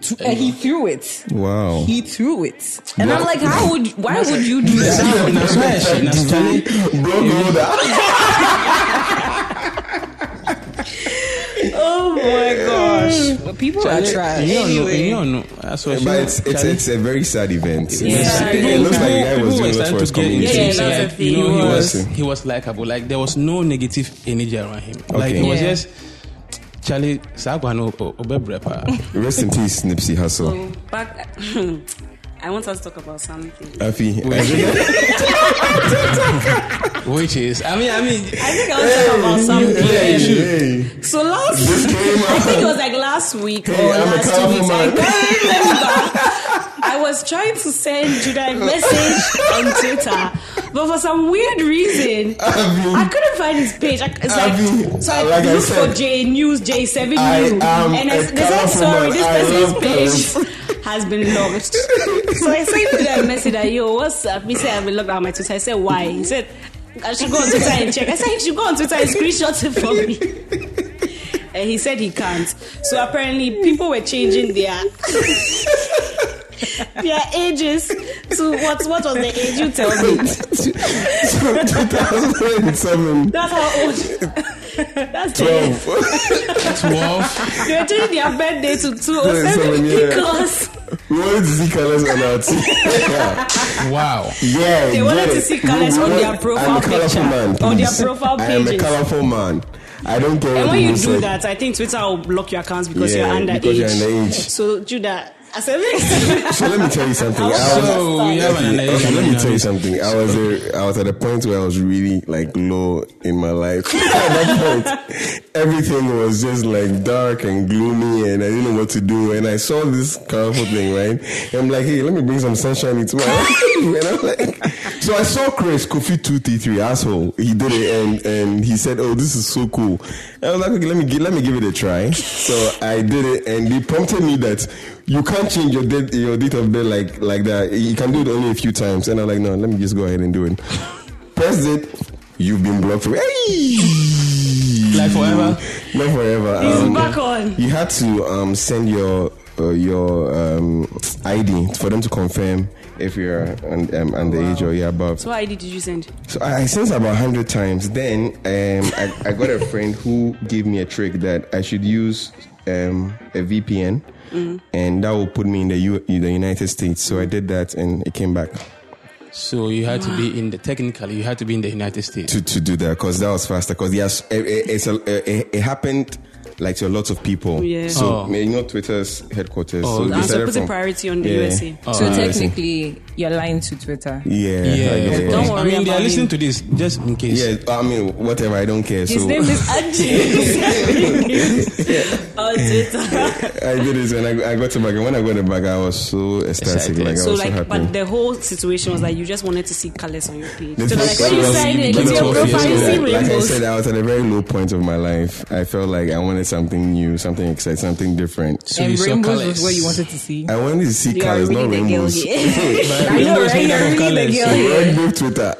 [SPEAKER 3] to, and he threw it.
[SPEAKER 4] Wow.
[SPEAKER 3] He threw it, and I'm like, how would? Why would you do that?
[SPEAKER 2] Now, now, smash. Now, Charlie.
[SPEAKER 4] Bro, go down.
[SPEAKER 3] Oh my gosh! But people are trash.
[SPEAKER 2] You don't know. You
[SPEAKER 3] Anyway,
[SPEAKER 2] don't know. That's what
[SPEAKER 4] But
[SPEAKER 2] she-
[SPEAKER 4] it's, it's,
[SPEAKER 2] Charlie-
[SPEAKER 4] it's a very sad event. It's-
[SPEAKER 1] sad.
[SPEAKER 4] It looks like the guy
[SPEAKER 2] People
[SPEAKER 4] was
[SPEAKER 2] were
[SPEAKER 4] doing it
[SPEAKER 2] starting
[SPEAKER 4] for his
[SPEAKER 2] to get
[SPEAKER 4] community.
[SPEAKER 2] into
[SPEAKER 1] Yeah,
[SPEAKER 2] his
[SPEAKER 1] that's
[SPEAKER 2] head.
[SPEAKER 1] the thing.
[SPEAKER 2] You know, he
[SPEAKER 1] He
[SPEAKER 2] was
[SPEAKER 4] was.
[SPEAKER 2] he was likable. Like there was no negative energy around him. Like
[SPEAKER 4] Okay.
[SPEAKER 2] it was
[SPEAKER 3] Yeah.
[SPEAKER 2] just Charlie Sagwano Obebrepa.
[SPEAKER 4] Rest in peace, Nipsey Hussle.
[SPEAKER 1] So back, I want us to talk about something.
[SPEAKER 4] Afi,
[SPEAKER 2] Which is I mean I mean
[SPEAKER 1] I think I want to talk about something.
[SPEAKER 4] hey,
[SPEAKER 1] So last,
[SPEAKER 4] This came
[SPEAKER 1] I
[SPEAKER 4] out.
[SPEAKER 1] think it was like last week or
[SPEAKER 4] Hey, I'm a
[SPEAKER 1] last two
[SPEAKER 4] powerful
[SPEAKER 1] weeks. I
[SPEAKER 4] man.
[SPEAKER 1] can't remember. I was trying to send Judah a message on Twitter, but for some weird reason,
[SPEAKER 4] Avi.
[SPEAKER 1] I couldn't find his page. I, it's
[SPEAKER 4] Avi,
[SPEAKER 1] like, so I
[SPEAKER 4] like I
[SPEAKER 1] looked for
[SPEAKER 4] said,
[SPEAKER 1] J News, J Seven
[SPEAKER 4] I
[SPEAKER 1] News,
[SPEAKER 4] am
[SPEAKER 1] and
[SPEAKER 4] a
[SPEAKER 1] I, they said,
[SPEAKER 4] powerful man.
[SPEAKER 1] "Sorry, this
[SPEAKER 4] I love
[SPEAKER 1] person's page has been locked." So I sent Judah a message that, "Yo, what's up?" He said, "I've been locked out of my Twitter." I said, "Why?" He said. I should go on Twitter and check. I said, you should go on Twitter and screenshot it for me and he said he can't. So apparently, people were changing their their ages to what what was the age you tell me?
[SPEAKER 4] 2007,
[SPEAKER 1] That's how old. That's the
[SPEAKER 4] 12.
[SPEAKER 2] twelve.
[SPEAKER 1] they were changing their birthday to two oh seven
[SPEAKER 4] Seven, yeah.
[SPEAKER 1] because
[SPEAKER 4] We wanted to see colors on our team. Yeah,
[SPEAKER 2] Wow.
[SPEAKER 4] yeah.
[SPEAKER 1] They wanted
[SPEAKER 4] yeah.
[SPEAKER 1] to see colours on their
[SPEAKER 4] I'm a
[SPEAKER 1] profile
[SPEAKER 4] colourful
[SPEAKER 1] picture.
[SPEAKER 4] man,
[SPEAKER 1] On their
[SPEAKER 4] please.
[SPEAKER 1] profile
[SPEAKER 4] I am a
[SPEAKER 1] pages.
[SPEAKER 4] colorful man. I don't care.
[SPEAKER 1] and
[SPEAKER 4] what
[SPEAKER 1] when you
[SPEAKER 4] people
[SPEAKER 1] do
[SPEAKER 4] say.
[SPEAKER 1] that, I think Twitter will block your accounts because
[SPEAKER 4] Yeah,
[SPEAKER 1] you're underage.
[SPEAKER 4] because you're underage.
[SPEAKER 1] So Judah, I said.
[SPEAKER 4] So let me tell you something. I was,
[SPEAKER 2] So we have an
[SPEAKER 4] okay,
[SPEAKER 2] election.
[SPEAKER 4] let me tell you something. I was a, I was at a point where I was really like low in my life. at that point, everything was just like dark and gloomy, and I didn't know what to do. And I saw this colorful thing, right? And I'm like, hey, let me bring some sunshine into my life. and I'm like, so I saw Chris Kofi two three three asshole. He did it, and and he said, oh, this is so cool. And I was like, okay, let me gi- let me give it a try. So I did it, and they prompted me that you can't change your date your date of birth like like that. You can do it only a few times. And I'm like, no, let me just go ahead and do it. Press it. You've been blocked for hey!
[SPEAKER 2] Like forever?
[SPEAKER 4] Not forever.
[SPEAKER 1] He's
[SPEAKER 4] Um,
[SPEAKER 1] back on.
[SPEAKER 4] You had to um, send your uh, your um, ID for them to confirm if you're on, um, under age or you're above.
[SPEAKER 1] so what ID did you send?
[SPEAKER 4] So I, I sent about hundred times. Then um, I, I got a friend who gave me a trick that I should use um, a VPN,
[SPEAKER 1] Mm.
[SPEAKER 4] and that will put me in the U- in the United States. So I did that, and it came back
[SPEAKER 2] So you had to be in the technically you had to be in the United States.
[SPEAKER 4] to, to do that because that was faster. Because yes, it, it, it's a, it, it happened like to a lot of people.
[SPEAKER 1] Yeah.
[SPEAKER 4] So
[SPEAKER 2] Oh.
[SPEAKER 4] you know Twitter's headquarters.
[SPEAKER 2] Oh,
[SPEAKER 4] so they
[SPEAKER 2] okay.
[SPEAKER 1] So
[SPEAKER 4] started
[SPEAKER 1] put the
[SPEAKER 4] from-
[SPEAKER 1] priority on the
[SPEAKER 4] Yeah.
[SPEAKER 1] USA.
[SPEAKER 3] so
[SPEAKER 4] I see.
[SPEAKER 3] technically, you're lying to Twitter.
[SPEAKER 2] Yeah.
[SPEAKER 4] Yeah, I guess,
[SPEAKER 1] Don't
[SPEAKER 4] yeah.
[SPEAKER 1] worry
[SPEAKER 2] I mean they
[SPEAKER 1] about
[SPEAKER 2] are
[SPEAKER 1] it.
[SPEAKER 2] listening to this just in case.
[SPEAKER 4] Yeah, I mean, whatever. I don't care.
[SPEAKER 3] His
[SPEAKER 4] so
[SPEAKER 3] name is
[SPEAKER 1] On Twitter.
[SPEAKER 4] I did this, and I, I got to back. And when I got to back, I was so ecstatic.
[SPEAKER 2] Excited.
[SPEAKER 4] Like I
[SPEAKER 1] So
[SPEAKER 4] was so
[SPEAKER 1] like,
[SPEAKER 4] happy.
[SPEAKER 1] but the whole situation was like you just wanted to see colors on your page.
[SPEAKER 4] The
[SPEAKER 1] So like
[SPEAKER 4] fact
[SPEAKER 1] when you
[SPEAKER 4] that
[SPEAKER 1] sign
[SPEAKER 4] I
[SPEAKER 1] it,
[SPEAKER 4] was
[SPEAKER 1] it's your
[SPEAKER 4] below 12
[SPEAKER 1] profile, you
[SPEAKER 4] years
[SPEAKER 1] see
[SPEAKER 4] old, Like I
[SPEAKER 1] rainbows.
[SPEAKER 4] said, I was at a very low point of my life. I felt like I wanted something new, something exciting, something different.
[SPEAKER 2] So you
[SPEAKER 3] and
[SPEAKER 2] saw
[SPEAKER 3] rainbows
[SPEAKER 2] colours.
[SPEAKER 3] was what you wanted to see.
[SPEAKER 4] I wanted to see
[SPEAKER 1] You are
[SPEAKER 4] colors,
[SPEAKER 1] really
[SPEAKER 4] not
[SPEAKER 1] the girl
[SPEAKER 4] rainbows.
[SPEAKER 1] here.
[SPEAKER 2] But
[SPEAKER 3] I know,
[SPEAKER 2] rainbows
[SPEAKER 3] right?
[SPEAKER 2] made up
[SPEAKER 3] You're
[SPEAKER 2] of
[SPEAKER 3] really the
[SPEAKER 2] colours.
[SPEAKER 3] girl.
[SPEAKER 4] Rainbow Twitter.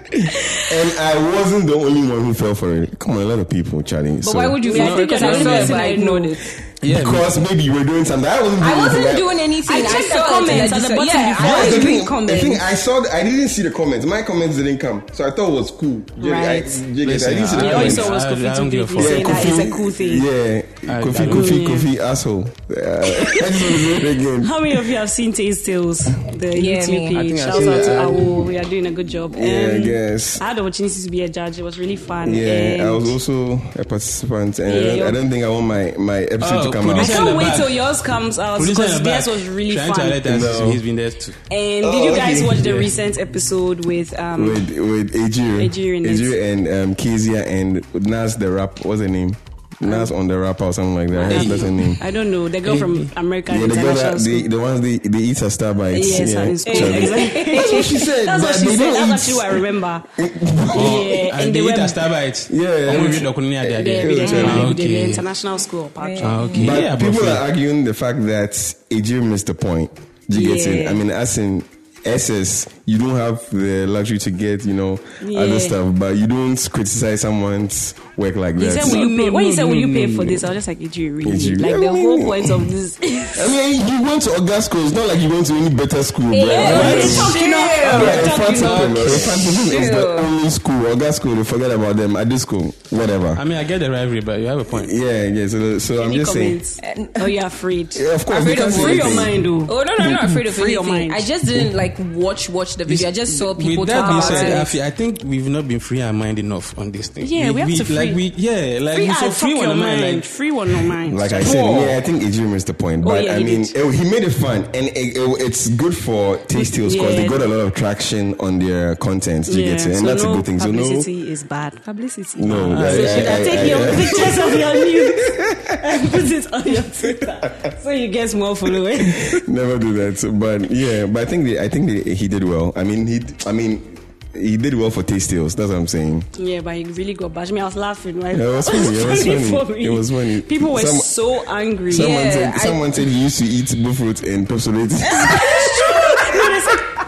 [SPEAKER 4] and I wasn't the only one who fell for it. Come on, a lot of people, Charlie.
[SPEAKER 3] But why would you
[SPEAKER 1] Yeah, I
[SPEAKER 3] feel?
[SPEAKER 1] think
[SPEAKER 3] Because
[SPEAKER 1] you're
[SPEAKER 3] I
[SPEAKER 1] the
[SPEAKER 3] saw
[SPEAKER 1] only
[SPEAKER 3] it, but I
[SPEAKER 1] person I know.
[SPEAKER 3] ignored it.
[SPEAKER 2] Yeah,
[SPEAKER 4] because maybe you were doing something. I wasn't doing
[SPEAKER 3] I wasn't
[SPEAKER 4] anything.
[SPEAKER 3] doing anything.
[SPEAKER 1] I checked the
[SPEAKER 3] saw it and
[SPEAKER 1] comments
[SPEAKER 3] I
[SPEAKER 1] at the
[SPEAKER 3] just-
[SPEAKER 1] bottom
[SPEAKER 3] Yeah,
[SPEAKER 1] before.
[SPEAKER 3] I
[SPEAKER 1] I
[SPEAKER 4] That's the
[SPEAKER 3] was
[SPEAKER 1] wasn't
[SPEAKER 3] doing-
[SPEAKER 1] doing
[SPEAKER 4] thing. The
[SPEAKER 1] comments.
[SPEAKER 4] thing I saw, I didn't see the comments. My comments didn't come, so I thought it was cool. Yeah, I,
[SPEAKER 1] Right.
[SPEAKER 4] yeah, I didn't see the
[SPEAKER 2] Listen,
[SPEAKER 1] Yeah, all you
[SPEAKER 4] comments.
[SPEAKER 1] saw was
[SPEAKER 2] I- I
[SPEAKER 1] Kofi
[SPEAKER 2] don't give a
[SPEAKER 1] Tumpik
[SPEAKER 2] fuck.
[SPEAKER 1] saying that it's a cool thing.
[SPEAKER 4] Yeah,
[SPEAKER 2] I-
[SPEAKER 4] Kofi,
[SPEAKER 2] I don't-
[SPEAKER 4] Kofi, Kofi, asshole. Yeah. I just want to do it again.
[SPEAKER 1] How many of you have seen Taste Tales, the
[SPEAKER 3] Yeah, me.
[SPEAKER 1] YouTube
[SPEAKER 3] I
[SPEAKER 1] page?
[SPEAKER 2] think I've
[SPEAKER 1] Shout
[SPEAKER 2] seen
[SPEAKER 1] out to
[SPEAKER 4] that.
[SPEAKER 1] Awo. We are doing a good job.
[SPEAKER 4] Yeah, I
[SPEAKER 1] Um,
[SPEAKER 4] guess.
[SPEAKER 1] I had the opportunity to be a judge. It was really fun. Um,
[SPEAKER 4] Yeah, I
[SPEAKER 1] and-
[SPEAKER 4] was also a participant, and I,
[SPEAKER 1] Yeah,
[SPEAKER 4] don't, I
[SPEAKER 1] you're-
[SPEAKER 4] don't think I want my my episode
[SPEAKER 2] Oh,
[SPEAKER 4] to come
[SPEAKER 1] I
[SPEAKER 4] out.
[SPEAKER 2] producer- in the
[SPEAKER 1] can't wait
[SPEAKER 2] back.
[SPEAKER 1] till yours comes out
[SPEAKER 2] Producer in
[SPEAKER 1] because
[SPEAKER 2] the back,
[SPEAKER 1] theirs was really
[SPEAKER 2] trying
[SPEAKER 1] fun.
[SPEAKER 2] to let us.
[SPEAKER 4] No.
[SPEAKER 2] He's been there too.
[SPEAKER 1] And
[SPEAKER 4] Oh,
[SPEAKER 1] did you
[SPEAKER 4] okay.
[SPEAKER 1] guys watch the
[SPEAKER 2] Yeah.
[SPEAKER 1] recent episode with um
[SPEAKER 4] With with Ajir,
[SPEAKER 1] Ajiri in it.
[SPEAKER 4] and um, Kezia and Nas the rap. What's her name? Nas on the rap or something like that. That's, that's her name.
[SPEAKER 1] I don't know the girl from American
[SPEAKER 4] Yeah, the girl
[SPEAKER 1] International
[SPEAKER 4] that
[SPEAKER 1] School.
[SPEAKER 4] the, the ones they, they eat at Starbucks.
[SPEAKER 1] Yes,
[SPEAKER 4] yeah.
[SPEAKER 1] I'm in school.
[SPEAKER 4] Charlie. That's what she said.
[SPEAKER 1] That's what
[SPEAKER 4] but
[SPEAKER 1] she
[SPEAKER 4] they
[SPEAKER 1] said.
[SPEAKER 4] don't
[SPEAKER 1] That's
[SPEAKER 4] eat.
[SPEAKER 1] actually what I remember.
[SPEAKER 2] Oh,
[SPEAKER 1] Yeah,
[SPEAKER 2] and
[SPEAKER 1] and
[SPEAKER 2] they
[SPEAKER 1] they
[SPEAKER 2] eat
[SPEAKER 1] were-
[SPEAKER 2] at Starbucks.
[SPEAKER 4] Yeah, yeah.
[SPEAKER 2] Oh, we read the colony at their
[SPEAKER 1] Yeah,
[SPEAKER 2] there.
[SPEAKER 1] with the,
[SPEAKER 4] Charlie.
[SPEAKER 2] Ah,
[SPEAKER 1] with the
[SPEAKER 2] okay.
[SPEAKER 1] international school of Patro.
[SPEAKER 2] Ah, okay.
[SPEAKER 4] But
[SPEAKER 2] Yeah,
[SPEAKER 4] people
[SPEAKER 2] bro.
[SPEAKER 4] are arguing the fact that Ajir missed the point. Do you get it?
[SPEAKER 1] Yeah.
[SPEAKER 4] I mean, as in SS, you don't have the luxury to get, you know,
[SPEAKER 1] Yeah.
[SPEAKER 4] other stuff, but you don't criticize someone's work like
[SPEAKER 1] He
[SPEAKER 4] that.
[SPEAKER 1] said, "Will you
[SPEAKER 2] No,
[SPEAKER 1] pay?"
[SPEAKER 2] no,
[SPEAKER 1] When he
[SPEAKER 2] no,
[SPEAKER 1] said,
[SPEAKER 2] no,
[SPEAKER 1] "Will you
[SPEAKER 2] no,
[SPEAKER 1] pay
[SPEAKER 2] no,
[SPEAKER 1] for
[SPEAKER 2] no.
[SPEAKER 1] this?" I was just like, "Ijiri, really?"
[SPEAKER 4] Ijiri.
[SPEAKER 1] Like
[SPEAKER 4] I
[SPEAKER 1] the
[SPEAKER 4] mean-
[SPEAKER 1] whole point of this.
[SPEAKER 4] I mean, you went to August school. It's not like you went to any better school, bro.
[SPEAKER 1] Yeah,
[SPEAKER 4] Right?
[SPEAKER 1] real talk, you know.
[SPEAKER 4] Yeah,
[SPEAKER 1] Real talk, you know.
[SPEAKER 4] Infantism, Infantism is the
[SPEAKER 3] Sure.
[SPEAKER 4] only school. August school, they forget about them. At this school, whatever.
[SPEAKER 2] I mean, I get the rivalry, but you have a point.
[SPEAKER 4] Yeah, yeah. So, so I'm
[SPEAKER 1] Any
[SPEAKER 4] just saying.
[SPEAKER 1] comments? Oh, you're afraid.
[SPEAKER 4] Yeah, of course,
[SPEAKER 3] Afraid
[SPEAKER 4] we can't
[SPEAKER 3] of
[SPEAKER 4] say
[SPEAKER 3] what?
[SPEAKER 1] Free your
[SPEAKER 4] anything.
[SPEAKER 1] mind, though.
[SPEAKER 3] Oh no, no, I'm not afraid of
[SPEAKER 1] Free your
[SPEAKER 3] anything.
[SPEAKER 1] mind.
[SPEAKER 3] I just didn't like watch watch the video. I just saw people
[SPEAKER 2] With that
[SPEAKER 3] talk
[SPEAKER 2] being
[SPEAKER 3] about
[SPEAKER 2] said,
[SPEAKER 3] it.
[SPEAKER 2] Afi, I think we've not been free our mind enough on this thing.
[SPEAKER 1] Yeah, we have to
[SPEAKER 2] like we
[SPEAKER 1] free-
[SPEAKER 2] yeah like
[SPEAKER 1] Free,
[SPEAKER 2] we
[SPEAKER 1] ah,
[SPEAKER 2] so
[SPEAKER 1] fuck
[SPEAKER 2] free one
[SPEAKER 1] your
[SPEAKER 2] of mine.
[SPEAKER 1] mind.
[SPEAKER 2] Like,
[SPEAKER 1] Free one of mine.
[SPEAKER 4] Like I said, yeah, I think Adrian missed the point, but
[SPEAKER 1] Oh, yeah,
[SPEAKER 4] I
[SPEAKER 1] he
[SPEAKER 4] mean,
[SPEAKER 1] did.
[SPEAKER 4] it, he made it fun, and it, it- it's good for Taste Tales because they
[SPEAKER 1] Yeah.
[SPEAKER 4] got a lot of traction on their content. You
[SPEAKER 1] Yeah,
[SPEAKER 4] get it, and
[SPEAKER 1] so
[SPEAKER 4] that's
[SPEAKER 1] no
[SPEAKER 4] a good thing. So no,
[SPEAKER 1] publicity is bad. Publicity.
[SPEAKER 4] No,
[SPEAKER 1] so
[SPEAKER 4] I-
[SPEAKER 1] you
[SPEAKER 4] I-
[SPEAKER 1] should
[SPEAKER 4] I-
[SPEAKER 1] have
[SPEAKER 4] I-
[SPEAKER 1] taken your
[SPEAKER 4] I-
[SPEAKER 1] pictures of your nudes and put it on your Twitter so you get more followers.
[SPEAKER 4] never do that. But yeah, but I think they, I think they, he did well. I mean, he, I mean, he did well for Taste Tales. That's what I'm saying.
[SPEAKER 1] yeah, but he really got bashed. I mean, I was laughing. Right?
[SPEAKER 4] It was funny, it was funny,
[SPEAKER 1] for me.
[SPEAKER 4] it was funny.
[SPEAKER 1] People were
[SPEAKER 4] Some-
[SPEAKER 1] so angry.
[SPEAKER 4] Someone
[SPEAKER 3] Yeah,
[SPEAKER 4] said,
[SPEAKER 3] I-
[SPEAKER 4] someone said he used to eat bullfruit and popsolate.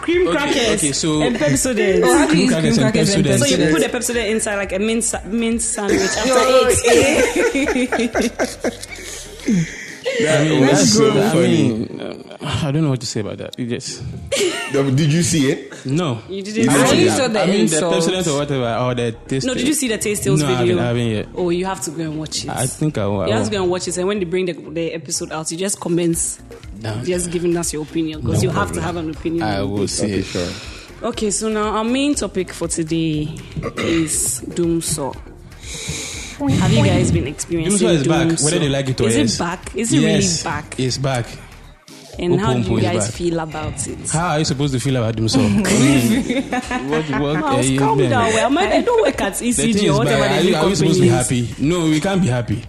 [SPEAKER 1] cream
[SPEAKER 2] Okay,
[SPEAKER 1] crackers
[SPEAKER 2] okay, so-
[SPEAKER 1] and Pepsi
[SPEAKER 3] Oh,
[SPEAKER 1] sodas.
[SPEAKER 3] how do you eat
[SPEAKER 2] Crackers
[SPEAKER 3] cream
[SPEAKER 2] and
[SPEAKER 3] crackers and
[SPEAKER 2] Pepsi
[SPEAKER 1] So you
[SPEAKER 3] Pepsi?
[SPEAKER 1] put the Pepsi soda inside like a mint sa- mint sandwich
[SPEAKER 3] Yo,
[SPEAKER 1] after eight.
[SPEAKER 4] that was so
[SPEAKER 2] I
[SPEAKER 4] funny.
[SPEAKER 2] mean, uh, I don't know what to say about that. It just
[SPEAKER 4] Did you see it?
[SPEAKER 2] no.
[SPEAKER 1] You didn't
[SPEAKER 2] I don't know.
[SPEAKER 1] see it. You
[SPEAKER 3] saw the
[SPEAKER 2] I mean, the
[SPEAKER 3] insult.
[SPEAKER 2] president or whatever, or the taste.
[SPEAKER 1] No, did you see the Taste Tales
[SPEAKER 2] no, I
[SPEAKER 1] video?
[SPEAKER 2] haven't, I haven't yet.
[SPEAKER 1] Oh, you have to go and watch it.
[SPEAKER 2] I think I will.
[SPEAKER 1] you have to go and watch it, and when they bring the, the episode out, you just commence,
[SPEAKER 2] No.
[SPEAKER 1] just giving us your opinion because
[SPEAKER 2] No
[SPEAKER 1] you have to
[SPEAKER 2] problem.
[SPEAKER 1] have an opinion.
[SPEAKER 2] I
[SPEAKER 1] on
[SPEAKER 2] will see
[SPEAKER 4] Okay,
[SPEAKER 2] it.
[SPEAKER 4] sure.
[SPEAKER 1] Okay, so now our main topic for today is Doomsaw. Have you guys been experiencing
[SPEAKER 2] Doomsaw is back,
[SPEAKER 1] Doomsaw?
[SPEAKER 2] whether they like it or
[SPEAKER 1] Is
[SPEAKER 2] yes.
[SPEAKER 1] it back? Is it
[SPEAKER 2] yes,
[SPEAKER 1] really back?
[SPEAKER 2] It's back.
[SPEAKER 1] and how do
[SPEAKER 2] Okonkwo
[SPEAKER 1] you
[SPEAKER 2] is
[SPEAKER 1] guys
[SPEAKER 2] back.
[SPEAKER 1] feel about it?
[SPEAKER 2] How are you supposed to feel about Doomsaw? I mean, what work are
[SPEAKER 1] Mouse,
[SPEAKER 2] you
[SPEAKER 1] calm
[SPEAKER 2] doing?
[SPEAKER 1] down. Well, man, I don't work at
[SPEAKER 2] The thing
[SPEAKER 1] ECG
[SPEAKER 2] is,
[SPEAKER 1] or
[SPEAKER 2] but
[SPEAKER 1] whatever
[SPEAKER 2] are
[SPEAKER 1] they
[SPEAKER 2] you,
[SPEAKER 1] do.
[SPEAKER 2] are we supposed to be
[SPEAKER 1] companies.
[SPEAKER 2] happy? No, we can't be happy.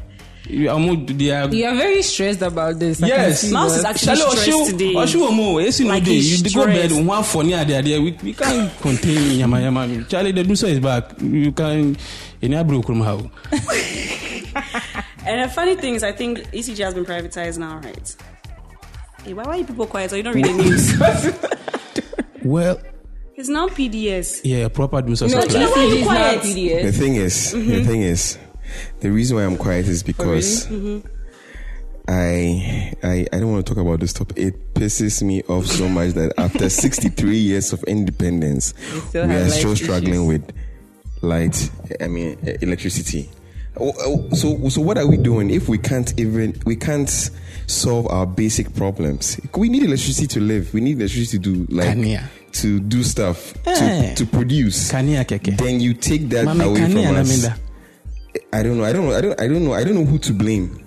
[SPEAKER 2] You are more, they are,
[SPEAKER 3] You are very stressed about this. I can
[SPEAKER 2] Yes.
[SPEAKER 3] see
[SPEAKER 1] Mouse
[SPEAKER 3] that.
[SPEAKER 1] is actually
[SPEAKER 2] Shall I
[SPEAKER 1] stressed
[SPEAKER 2] show-
[SPEAKER 1] today.
[SPEAKER 2] I show more. Yes, you know,
[SPEAKER 1] Like
[SPEAKER 2] they-
[SPEAKER 1] he's
[SPEAKER 2] you go bed
[SPEAKER 1] stressed.
[SPEAKER 2] one funny idea there. We, we can't contain yama yama. Charlie, the Dusa is back. You can. In Abru Krumhau.
[SPEAKER 1] And the funny thing is, I think ECG has been privatized now, right? Hey, why why are you people quiet? So you don't read the news.
[SPEAKER 2] Well,
[SPEAKER 1] it's now PDS.
[SPEAKER 2] yeah, proper Dusa
[SPEAKER 3] No,
[SPEAKER 2] supply.
[SPEAKER 1] Actually, why are you
[SPEAKER 3] it's not
[SPEAKER 1] quiet?
[SPEAKER 4] The
[SPEAKER 3] PDS.
[SPEAKER 4] thing is,
[SPEAKER 3] Mm-hmm.
[SPEAKER 4] the thing is, the reason why I'm quiet is because
[SPEAKER 3] Mm-hmm.
[SPEAKER 4] I, I I don't want to talk about this topic. It pisses me off so much that after 63 years of independence, we
[SPEAKER 3] still have
[SPEAKER 4] are
[SPEAKER 3] life
[SPEAKER 4] still struggling
[SPEAKER 3] issues.
[SPEAKER 4] with light. I mean, e- electricity. Oh, oh, So so what are we doing if we can't even we can't solve our basic problems? We need electricity to live. We need electricity to do like
[SPEAKER 2] Kania.
[SPEAKER 4] to do stuff
[SPEAKER 2] Eh.
[SPEAKER 4] to, to produce
[SPEAKER 2] Kania keke.
[SPEAKER 4] then you take that
[SPEAKER 2] Mami,
[SPEAKER 4] away
[SPEAKER 2] Kania
[SPEAKER 4] from
[SPEAKER 2] na
[SPEAKER 4] us.
[SPEAKER 2] minda.
[SPEAKER 4] I don't know. I don't know. I don't. I don't know. I don't know who to blame.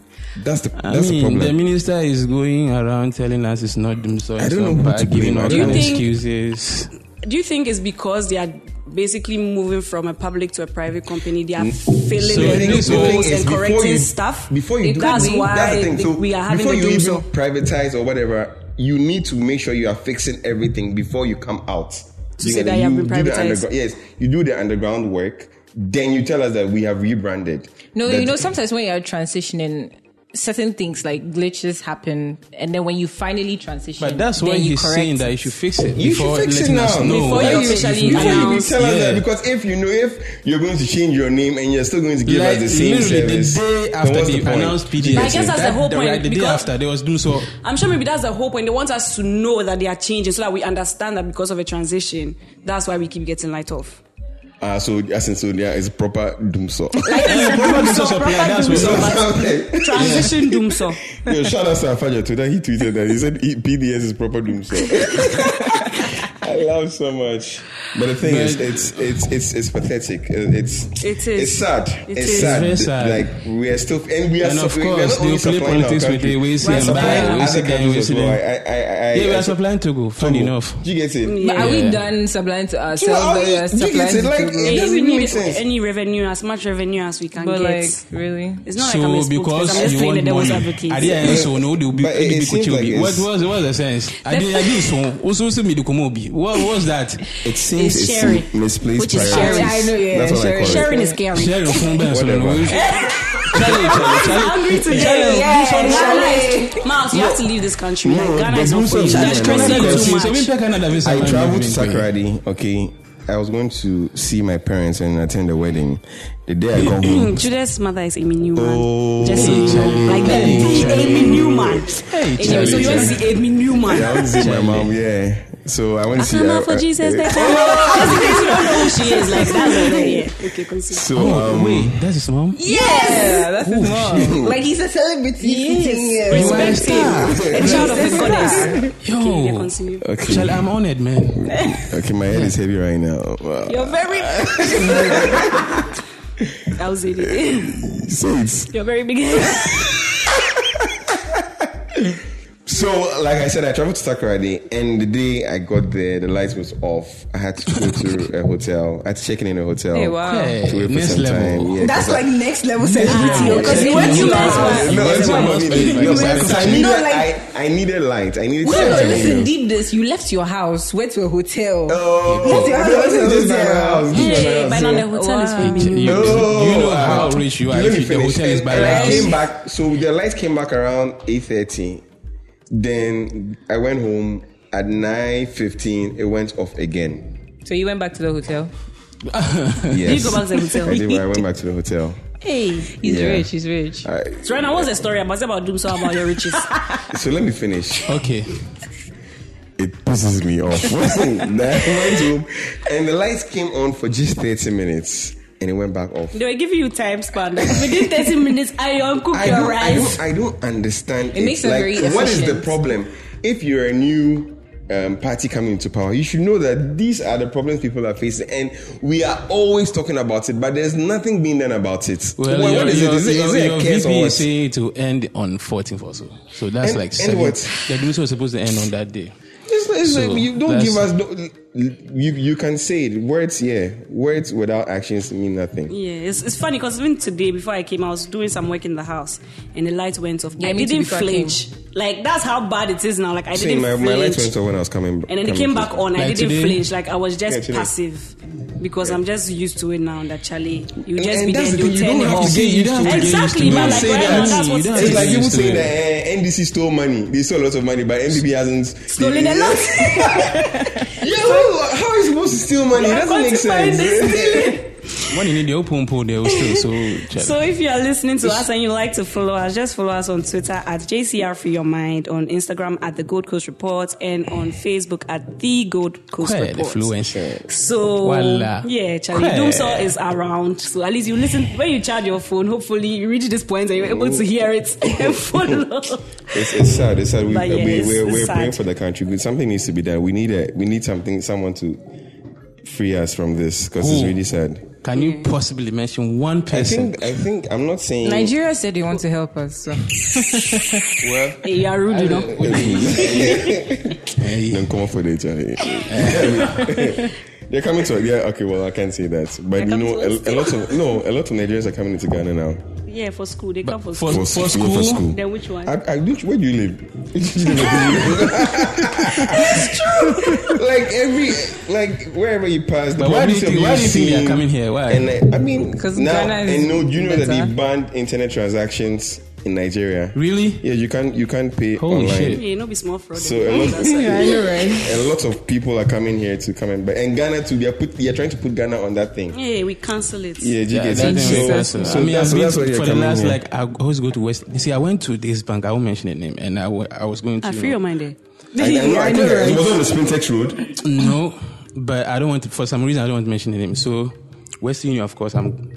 [SPEAKER 4] That's the.
[SPEAKER 2] I
[SPEAKER 4] that's
[SPEAKER 2] mean,
[SPEAKER 4] the
[SPEAKER 2] the
[SPEAKER 4] problem.
[SPEAKER 2] minister is going around telling us it's not Dusa.
[SPEAKER 4] I don't know who to blame.
[SPEAKER 2] Giving
[SPEAKER 4] I
[SPEAKER 2] all
[SPEAKER 4] don't
[SPEAKER 2] kind of
[SPEAKER 1] know. Do you
[SPEAKER 2] excuses.
[SPEAKER 1] Do you think it's because they are basically moving from a public to a private company? They are
[SPEAKER 4] Mm.
[SPEAKER 1] filling
[SPEAKER 2] So
[SPEAKER 1] their
[SPEAKER 2] the thing is- the thing
[SPEAKER 1] loopholes
[SPEAKER 4] is
[SPEAKER 1] and
[SPEAKER 4] before
[SPEAKER 1] correcting
[SPEAKER 4] you-
[SPEAKER 1] stuff.
[SPEAKER 4] Before you do
[SPEAKER 1] that's
[SPEAKER 4] that,
[SPEAKER 1] why
[SPEAKER 4] that's the thing.
[SPEAKER 1] the-
[SPEAKER 4] So
[SPEAKER 1] we are having
[SPEAKER 4] before
[SPEAKER 1] a
[SPEAKER 4] you
[SPEAKER 1] doom
[SPEAKER 4] even
[SPEAKER 1] so.
[SPEAKER 4] privatize or whatever, you need to make sure you are fixing everything before you come out.
[SPEAKER 1] To
[SPEAKER 4] You
[SPEAKER 1] say
[SPEAKER 4] get
[SPEAKER 1] that
[SPEAKER 4] it?
[SPEAKER 1] you have
[SPEAKER 4] You
[SPEAKER 1] been
[SPEAKER 4] do the
[SPEAKER 1] privatized.
[SPEAKER 4] underground- Yes, you do the underground work. Then you tell us that we have rebranded.
[SPEAKER 3] No,
[SPEAKER 4] That-
[SPEAKER 3] you know sometimes when you are transitioning, certain things like glitches happen, and then when you finally transition,
[SPEAKER 2] But that's why
[SPEAKER 3] then you
[SPEAKER 2] he's
[SPEAKER 3] correct
[SPEAKER 2] saying that
[SPEAKER 3] it.
[SPEAKER 2] you should fix it
[SPEAKER 4] You
[SPEAKER 2] before
[SPEAKER 4] should fix it
[SPEAKER 2] letting us
[SPEAKER 4] now.
[SPEAKER 2] know.
[SPEAKER 1] Before
[SPEAKER 2] that
[SPEAKER 1] you
[SPEAKER 2] it's
[SPEAKER 1] officially
[SPEAKER 2] not-
[SPEAKER 4] Before you
[SPEAKER 1] announce-
[SPEAKER 4] tell us
[SPEAKER 2] Yeah.
[SPEAKER 4] that, because if you know if you're going to change your name and you're still going to give
[SPEAKER 2] Like,
[SPEAKER 4] us the same
[SPEAKER 2] literally
[SPEAKER 4] service,
[SPEAKER 2] the day
[SPEAKER 4] then
[SPEAKER 2] after
[SPEAKER 4] what's
[SPEAKER 2] they
[SPEAKER 4] the point?
[SPEAKER 2] announced PDS,
[SPEAKER 1] But I guess that's the whole
[SPEAKER 2] the,
[SPEAKER 1] point,
[SPEAKER 2] right- the day
[SPEAKER 1] because-
[SPEAKER 2] after they was doing so.
[SPEAKER 1] I'm sure maybe that's the whole point. They want us to know that they are changing so that we understand that because of a transition, that's why we keep getting light off.
[SPEAKER 4] Ah, so as in so there is proper doom so.
[SPEAKER 2] Yeah, proper resource supply, that's what-
[SPEAKER 4] Okay.
[SPEAKER 1] Transition doom so.
[SPEAKER 4] Yo, shout out to Afaja Twitter. He tweeted that he said he- PDS is proper doom so. I love so much, but the thing is, it's it's it's it's pathetic. Uh, It's
[SPEAKER 1] It is.
[SPEAKER 4] it's sad.
[SPEAKER 1] It
[SPEAKER 4] it's
[SPEAKER 1] is.
[SPEAKER 4] sad.
[SPEAKER 2] It's very
[SPEAKER 4] Like
[SPEAKER 2] sad.
[SPEAKER 4] we are still and we are
[SPEAKER 2] And
[SPEAKER 4] so,
[SPEAKER 2] of
[SPEAKER 4] we- we are not
[SPEAKER 2] course, they
[SPEAKER 4] only
[SPEAKER 2] play
[SPEAKER 4] supplying our
[SPEAKER 2] politics with
[SPEAKER 4] country.
[SPEAKER 2] the Wesi
[SPEAKER 4] We are
[SPEAKER 1] and
[SPEAKER 4] supplying
[SPEAKER 1] Bayer,
[SPEAKER 4] other
[SPEAKER 2] Wesi Gang,
[SPEAKER 4] countries as
[SPEAKER 2] Wesi
[SPEAKER 4] well.
[SPEAKER 2] Gang.
[SPEAKER 4] I- I- I- I-
[SPEAKER 2] Yeah, we
[SPEAKER 4] I-
[SPEAKER 2] are supplying Togo. Funny enough,
[SPEAKER 4] Do you get it?
[SPEAKER 3] But are
[SPEAKER 2] Yeah.
[SPEAKER 3] we done supplying to uh,
[SPEAKER 4] You know,
[SPEAKER 3] ourselves?
[SPEAKER 4] I
[SPEAKER 3] that we are
[SPEAKER 4] mean, do you get
[SPEAKER 3] supplying
[SPEAKER 4] it? Like,
[SPEAKER 3] to
[SPEAKER 4] it
[SPEAKER 3] Google?
[SPEAKER 1] Yeah, we
[SPEAKER 4] doesn't
[SPEAKER 1] need
[SPEAKER 4] make sense.
[SPEAKER 1] any revenue, as much revenue as we can
[SPEAKER 3] But
[SPEAKER 1] get.
[SPEAKER 3] like, really?
[SPEAKER 1] it's not
[SPEAKER 2] so
[SPEAKER 1] like I'm a spokesperson. I'm
[SPEAKER 2] because
[SPEAKER 1] just
[SPEAKER 2] you
[SPEAKER 1] playing the
[SPEAKER 2] want
[SPEAKER 1] devil's
[SPEAKER 2] money,
[SPEAKER 1] advocate.
[SPEAKER 2] at the end, so no, they will be.
[SPEAKER 4] But it-
[SPEAKER 2] they
[SPEAKER 4] it
[SPEAKER 2] be
[SPEAKER 4] seems
[SPEAKER 2] kuchi
[SPEAKER 4] like
[SPEAKER 2] obi. What
[SPEAKER 4] it's-
[SPEAKER 2] was what was the sense? I did I did so. Also, also me the kumo obi. What was that?
[SPEAKER 4] It seems
[SPEAKER 1] It's
[SPEAKER 4] it's
[SPEAKER 1] sharing.
[SPEAKER 4] misplaced
[SPEAKER 1] Which is
[SPEAKER 4] priorities.
[SPEAKER 1] sharing. I
[SPEAKER 3] know, yeah,
[SPEAKER 4] That's what
[SPEAKER 3] sharing.
[SPEAKER 4] I call
[SPEAKER 1] Sharing
[SPEAKER 4] it.
[SPEAKER 1] is scary.
[SPEAKER 2] Share your phone back, so no,
[SPEAKER 4] Whatever.
[SPEAKER 2] we- Charlie, Charlie, Charlie.
[SPEAKER 1] Hungry today.
[SPEAKER 3] Yeah,
[SPEAKER 1] Ghana
[SPEAKER 3] yeah.
[SPEAKER 1] is- Miles, you have to leave this country. Like,
[SPEAKER 4] No,
[SPEAKER 1] Ghana
[SPEAKER 4] but
[SPEAKER 1] is not
[SPEAKER 4] do
[SPEAKER 1] for you.
[SPEAKER 4] something
[SPEAKER 1] That's
[SPEAKER 4] about
[SPEAKER 1] crazy
[SPEAKER 4] it.
[SPEAKER 1] too
[SPEAKER 4] Because
[SPEAKER 1] much.
[SPEAKER 2] So we pack another visa,
[SPEAKER 4] I
[SPEAKER 2] man,
[SPEAKER 4] traveled to
[SPEAKER 2] we bring it.
[SPEAKER 4] Sakradi, okay. I was going to see my parents and attend the wedding. The day I got home,
[SPEAKER 1] Judas' mother is Amy Newman.
[SPEAKER 4] Oh.
[SPEAKER 1] Just so you know. Like the the Amy Newman.
[SPEAKER 2] Hey,
[SPEAKER 1] Anyway, so you want to
[SPEAKER 4] Charlie.
[SPEAKER 1] see Amy Newman.
[SPEAKER 4] I went to see my mom, yeah. So I went to see uh,
[SPEAKER 1] Come
[SPEAKER 4] I-
[SPEAKER 1] out for
[SPEAKER 4] I-
[SPEAKER 1] Jesus.
[SPEAKER 4] I-
[SPEAKER 1] they call her. Just in case you don't know who she is. Like, that's all there, yeah. Okay, continue.
[SPEAKER 4] So,
[SPEAKER 2] Oh,
[SPEAKER 4] um,
[SPEAKER 2] wait, that's his mom.
[SPEAKER 3] Yeah, that's
[SPEAKER 2] Oh,
[SPEAKER 3] his mom. Like he's a celebrity.
[SPEAKER 1] Yes. Respected. A child of the goddess. Okay, yeah,
[SPEAKER 2] Yo,
[SPEAKER 1] continue.
[SPEAKER 4] okay,
[SPEAKER 2] Charlie, I'm honored, man.
[SPEAKER 4] okay, my head is heavy right now. Uh, Wow.
[SPEAKER 1] You're very. That was it.
[SPEAKER 4] So it's
[SPEAKER 1] You're very big.
[SPEAKER 4] So, like I said, I traveled to Sakurade, and the day I got there, the lights was off. I had to go to a hotel. I had to check in in a hotel.
[SPEAKER 3] Hey, wow.
[SPEAKER 4] To wait for
[SPEAKER 2] Ah, Next
[SPEAKER 4] some
[SPEAKER 2] level.
[SPEAKER 4] time. Yeah,
[SPEAKER 5] That's
[SPEAKER 4] 'cause I-
[SPEAKER 5] like next level sensitivity.
[SPEAKER 1] Ah,
[SPEAKER 5] Because
[SPEAKER 1] yeah.
[SPEAKER 5] you went to
[SPEAKER 1] Yeah.
[SPEAKER 5] Nice
[SPEAKER 4] No, that's what I mean. No, because I needed,
[SPEAKER 5] No, like-
[SPEAKER 4] I, I needed light. I needed.
[SPEAKER 3] No,
[SPEAKER 4] time
[SPEAKER 3] no,
[SPEAKER 4] to
[SPEAKER 3] listen,
[SPEAKER 4] mingle.
[SPEAKER 3] did this. You left your house, went to a hotel.
[SPEAKER 4] Oh,
[SPEAKER 5] Yes, you have
[SPEAKER 4] no, this is
[SPEAKER 5] to
[SPEAKER 4] just
[SPEAKER 5] hotel.
[SPEAKER 4] by my house. This is by my
[SPEAKER 1] Hey,
[SPEAKER 4] house.
[SPEAKER 1] but
[SPEAKER 4] So-
[SPEAKER 1] not the hotel is for Amy
[SPEAKER 2] You,
[SPEAKER 1] Newman.
[SPEAKER 2] you know how
[SPEAKER 4] uh,
[SPEAKER 2] rich you are.
[SPEAKER 4] Let me
[SPEAKER 2] If the
[SPEAKER 4] finish.
[SPEAKER 2] hotel is
[SPEAKER 4] And-
[SPEAKER 2] by
[SPEAKER 4] and
[SPEAKER 2] the
[SPEAKER 4] I
[SPEAKER 2] house.
[SPEAKER 4] came back. So the lights came back around eight thirty. Then I went home at nine fifteen. It went off again.
[SPEAKER 3] So you went back to the hotel.
[SPEAKER 4] Yes.
[SPEAKER 1] go back to the hotel?
[SPEAKER 4] I did. I went back to the hotel.
[SPEAKER 1] Hey.
[SPEAKER 3] He's
[SPEAKER 4] Yeah.
[SPEAKER 3] rich. He's rich.
[SPEAKER 4] I,
[SPEAKER 1] So right now, what's the story about? It's about doom, so about your riches.
[SPEAKER 4] so let me finish.
[SPEAKER 2] Okay.
[SPEAKER 4] it pisses me off. That went home, and the lights came on for just 30 minutes and it went back off.
[SPEAKER 1] They were giving you time span. Within 30 minutes, I uncook
[SPEAKER 4] I
[SPEAKER 1] your
[SPEAKER 4] don't, I,
[SPEAKER 1] rice.
[SPEAKER 4] don't, I don't understand. It,
[SPEAKER 3] makes it
[SPEAKER 4] like,
[SPEAKER 3] very
[SPEAKER 4] What is the
[SPEAKER 3] efficient.
[SPEAKER 4] problem? If you're a new um, party coming into power, you should know that these are the problems people are facing, and we are always talking about it, but there's nothing being done about it.
[SPEAKER 2] Well,
[SPEAKER 4] What-
[SPEAKER 2] your,
[SPEAKER 4] what is
[SPEAKER 2] your,
[SPEAKER 4] it? Is it, is
[SPEAKER 2] your,
[SPEAKER 4] it
[SPEAKER 2] your
[SPEAKER 4] a case
[SPEAKER 2] VP
[SPEAKER 4] or what?
[SPEAKER 2] is saying to end on 14th or so. So that's
[SPEAKER 4] End-
[SPEAKER 2] like
[SPEAKER 4] end
[SPEAKER 2] seven.
[SPEAKER 4] what?
[SPEAKER 2] The news was supposed to end on that day.
[SPEAKER 4] It's, it's
[SPEAKER 2] So,
[SPEAKER 4] like you don't
[SPEAKER 2] that's-
[SPEAKER 4] give us. do you you can say it. Words, yeah. Words without actions mean nothing.
[SPEAKER 1] Yeah, it's, it's funny because even today, before I came, I was doing some work in the house and the light went off.
[SPEAKER 3] Yeah,
[SPEAKER 1] I
[SPEAKER 3] me too,
[SPEAKER 1] didn't
[SPEAKER 3] before I came.
[SPEAKER 1] flinch. Like, that's how bad it is now. Like, I
[SPEAKER 4] Same,
[SPEAKER 1] didn't
[SPEAKER 4] my, my lights went
[SPEAKER 1] flinch.
[SPEAKER 4] off when I was coming.
[SPEAKER 1] And then it
[SPEAKER 4] coming
[SPEAKER 1] came
[SPEAKER 4] to-
[SPEAKER 1] back on. I
[SPEAKER 2] Like
[SPEAKER 1] didn't
[SPEAKER 2] today?
[SPEAKER 1] flinch. Like, I was
[SPEAKER 4] Yeah,
[SPEAKER 1] just
[SPEAKER 4] today.
[SPEAKER 1] passive because I'm just used to it now that Charlie, you
[SPEAKER 4] And-
[SPEAKER 1] just
[SPEAKER 4] and
[SPEAKER 1] be
[SPEAKER 4] that's
[SPEAKER 1] there
[SPEAKER 4] the
[SPEAKER 1] and you
[SPEAKER 4] thing, you
[SPEAKER 1] turn
[SPEAKER 4] don't
[SPEAKER 1] it
[SPEAKER 4] have to
[SPEAKER 1] off.
[SPEAKER 4] get used to it.
[SPEAKER 1] Exactly,
[SPEAKER 4] Don't
[SPEAKER 1] but like,
[SPEAKER 4] say
[SPEAKER 1] right
[SPEAKER 4] that.
[SPEAKER 1] now, that's what
[SPEAKER 2] You don't have
[SPEAKER 1] it
[SPEAKER 4] It's
[SPEAKER 1] is.
[SPEAKER 2] to
[SPEAKER 4] like people
[SPEAKER 2] used to
[SPEAKER 4] saying
[SPEAKER 2] it.
[SPEAKER 4] that eh, NDC stole money. They stole a lot of money, but NDB hasn't
[SPEAKER 1] Stolen a lot.
[SPEAKER 4] Yo, how are you supposed to steal money? It
[SPEAKER 1] Yeah,
[SPEAKER 4] doesn't make
[SPEAKER 1] quantifying
[SPEAKER 4] sense.
[SPEAKER 1] this
[SPEAKER 2] When you need the open pool, they will still. So, Charlie.
[SPEAKER 1] So if you're listening to us and you like to follow us, just follow us on Twitter at JCR for your mind, on Instagram at the Gold Coast Report, and on Facebook at the Gold Coast
[SPEAKER 2] Quite
[SPEAKER 1] Report.
[SPEAKER 2] influencer.
[SPEAKER 1] So
[SPEAKER 2] Voila.
[SPEAKER 1] yeah, Charlie
[SPEAKER 2] Quite.
[SPEAKER 1] Doomsaw is around. So at least you listen when you charge your phone. Hopefully you reach this point and you're able to hear it and follow.
[SPEAKER 4] It's, it's sad. It's sad. We,
[SPEAKER 1] But yeah,
[SPEAKER 4] we,
[SPEAKER 1] it's-
[SPEAKER 4] we're
[SPEAKER 1] it's
[SPEAKER 4] we're
[SPEAKER 1] sad.
[SPEAKER 4] praying for the country. But Something needs to be done. We need a, we need something, someone to free us from this because it's
[SPEAKER 2] Who?
[SPEAKER 4] really sad.
[SPEAKER 2] Can you possibly mention one
[SPEAKER 4] I
[SPEAKER 2] person?
[SPEAKER 4] think I think I'm not saying
[SPEAKER 3] Nigeria said they want to help us. So.
[SPEAKER 4] Well,
[SPEAKER 1] Hey, you are rude, you
[SPEAKER 4] Uh,
[SPEAKER 1] know.
[SPEAKER 2] Hey,
[SPEAKER 4] Then come up for the HIV. They're coming to yeah okay well I can't say that but you
[SPEAKER 1] coming
[SPEAKER 4] know
[SPEAKER 1] to
[SPEAKER 4] a,
[SPEAKER 1] us.
[SPEAKER 4] a lot of no a lot of Nigerians are coming into Ghana now
[SPEAKER 1] Yeah, for school they come for
[SPEAKER 2] for,
[SPEAKER 1] school.
[SPEAKER 2] for
[SPEAKER 4] yeah,
[SPEAKER 2] school,
[SPEAKER 4] for school
[SPEAKER 1] Then which one?
[SPEAKER 4] I, I, which, where do you live it's true like every like wherever you pass the
[SPEAKER 2] But why do you
[SPEAKER 4] bodies of
[SPEAKER 2] think- why do you think they are
[SPEAKER 4] seen-
[SPEAKER 2] coming here? Why?
[SPEAKER 4] and uh, I mean
[SPEAKER 3] 'Cause
[SPEAKER 4] now
[SPEAKER 3] Ghana is
[SPEAKER 4] and no do you know that
[SPEAKER 3] better.
[SPEAKER 4] they banned internet transactions in Nigeria.
[SPEAKER 2] Really?
[SPEAKER 4] Yeah, you can't you can't pay
[SPEAKER 2] Holy
[SPEAKER 4] online.
[SPEAKER 2] shit.
[SPEAKER 1] Hey, no be small fraud.
[SPEAKER 4] So eh,
[SPEAKER 1] dem
[SPEAKER 4] a
[SPEAKER 1] dey
[SPEAKER 4] lot,
[SPEAKER 1] that side.
[SPEAKER 3] I know, right?
[SPEAKER 4] a lot of people are coming here to come and buy, and Ghana too. They are put they are trying to put Ghana on that thing.
[SPEAKER 1] Yeah, we cancel it.
[SPEAKER 4] Yeah, you
[SPEAKER 2] Yeah,
[SPEAKER 4] get
[SPEAKER 2] that
[SPEAKER 4] it.
[SPEAKER 2] didn't make sense.
[SPEAKER 4] So, so
[SPEAKER 2] I mean,
[SPEAKER 4] that's,
[SPEAKER 2] I've been
[SPEAKER 4] that's why
[SPEAKER 2] to-
[SPEAKER 4] you're
[SPEAKER 2] for the
[SPEAKER 4] coming
[SPEAKER 2] last
[SPEAKER 4] here.
[SPEAKER 2] like I always go to West. You see, I went to this bank. I won't mention the name, and I wa- I was going to.
[SPEAKER 1] I Ah, free your mind eh? there.
[SPEAKER 4] I, I know, I think
[SPEAKER 3] right?
[SPEAKER 4] it was on the Spintex Road.
[SPEAKER 2] No, but I don't want to, for some reason I don't want to mention the name. So West Union, of course, I'm.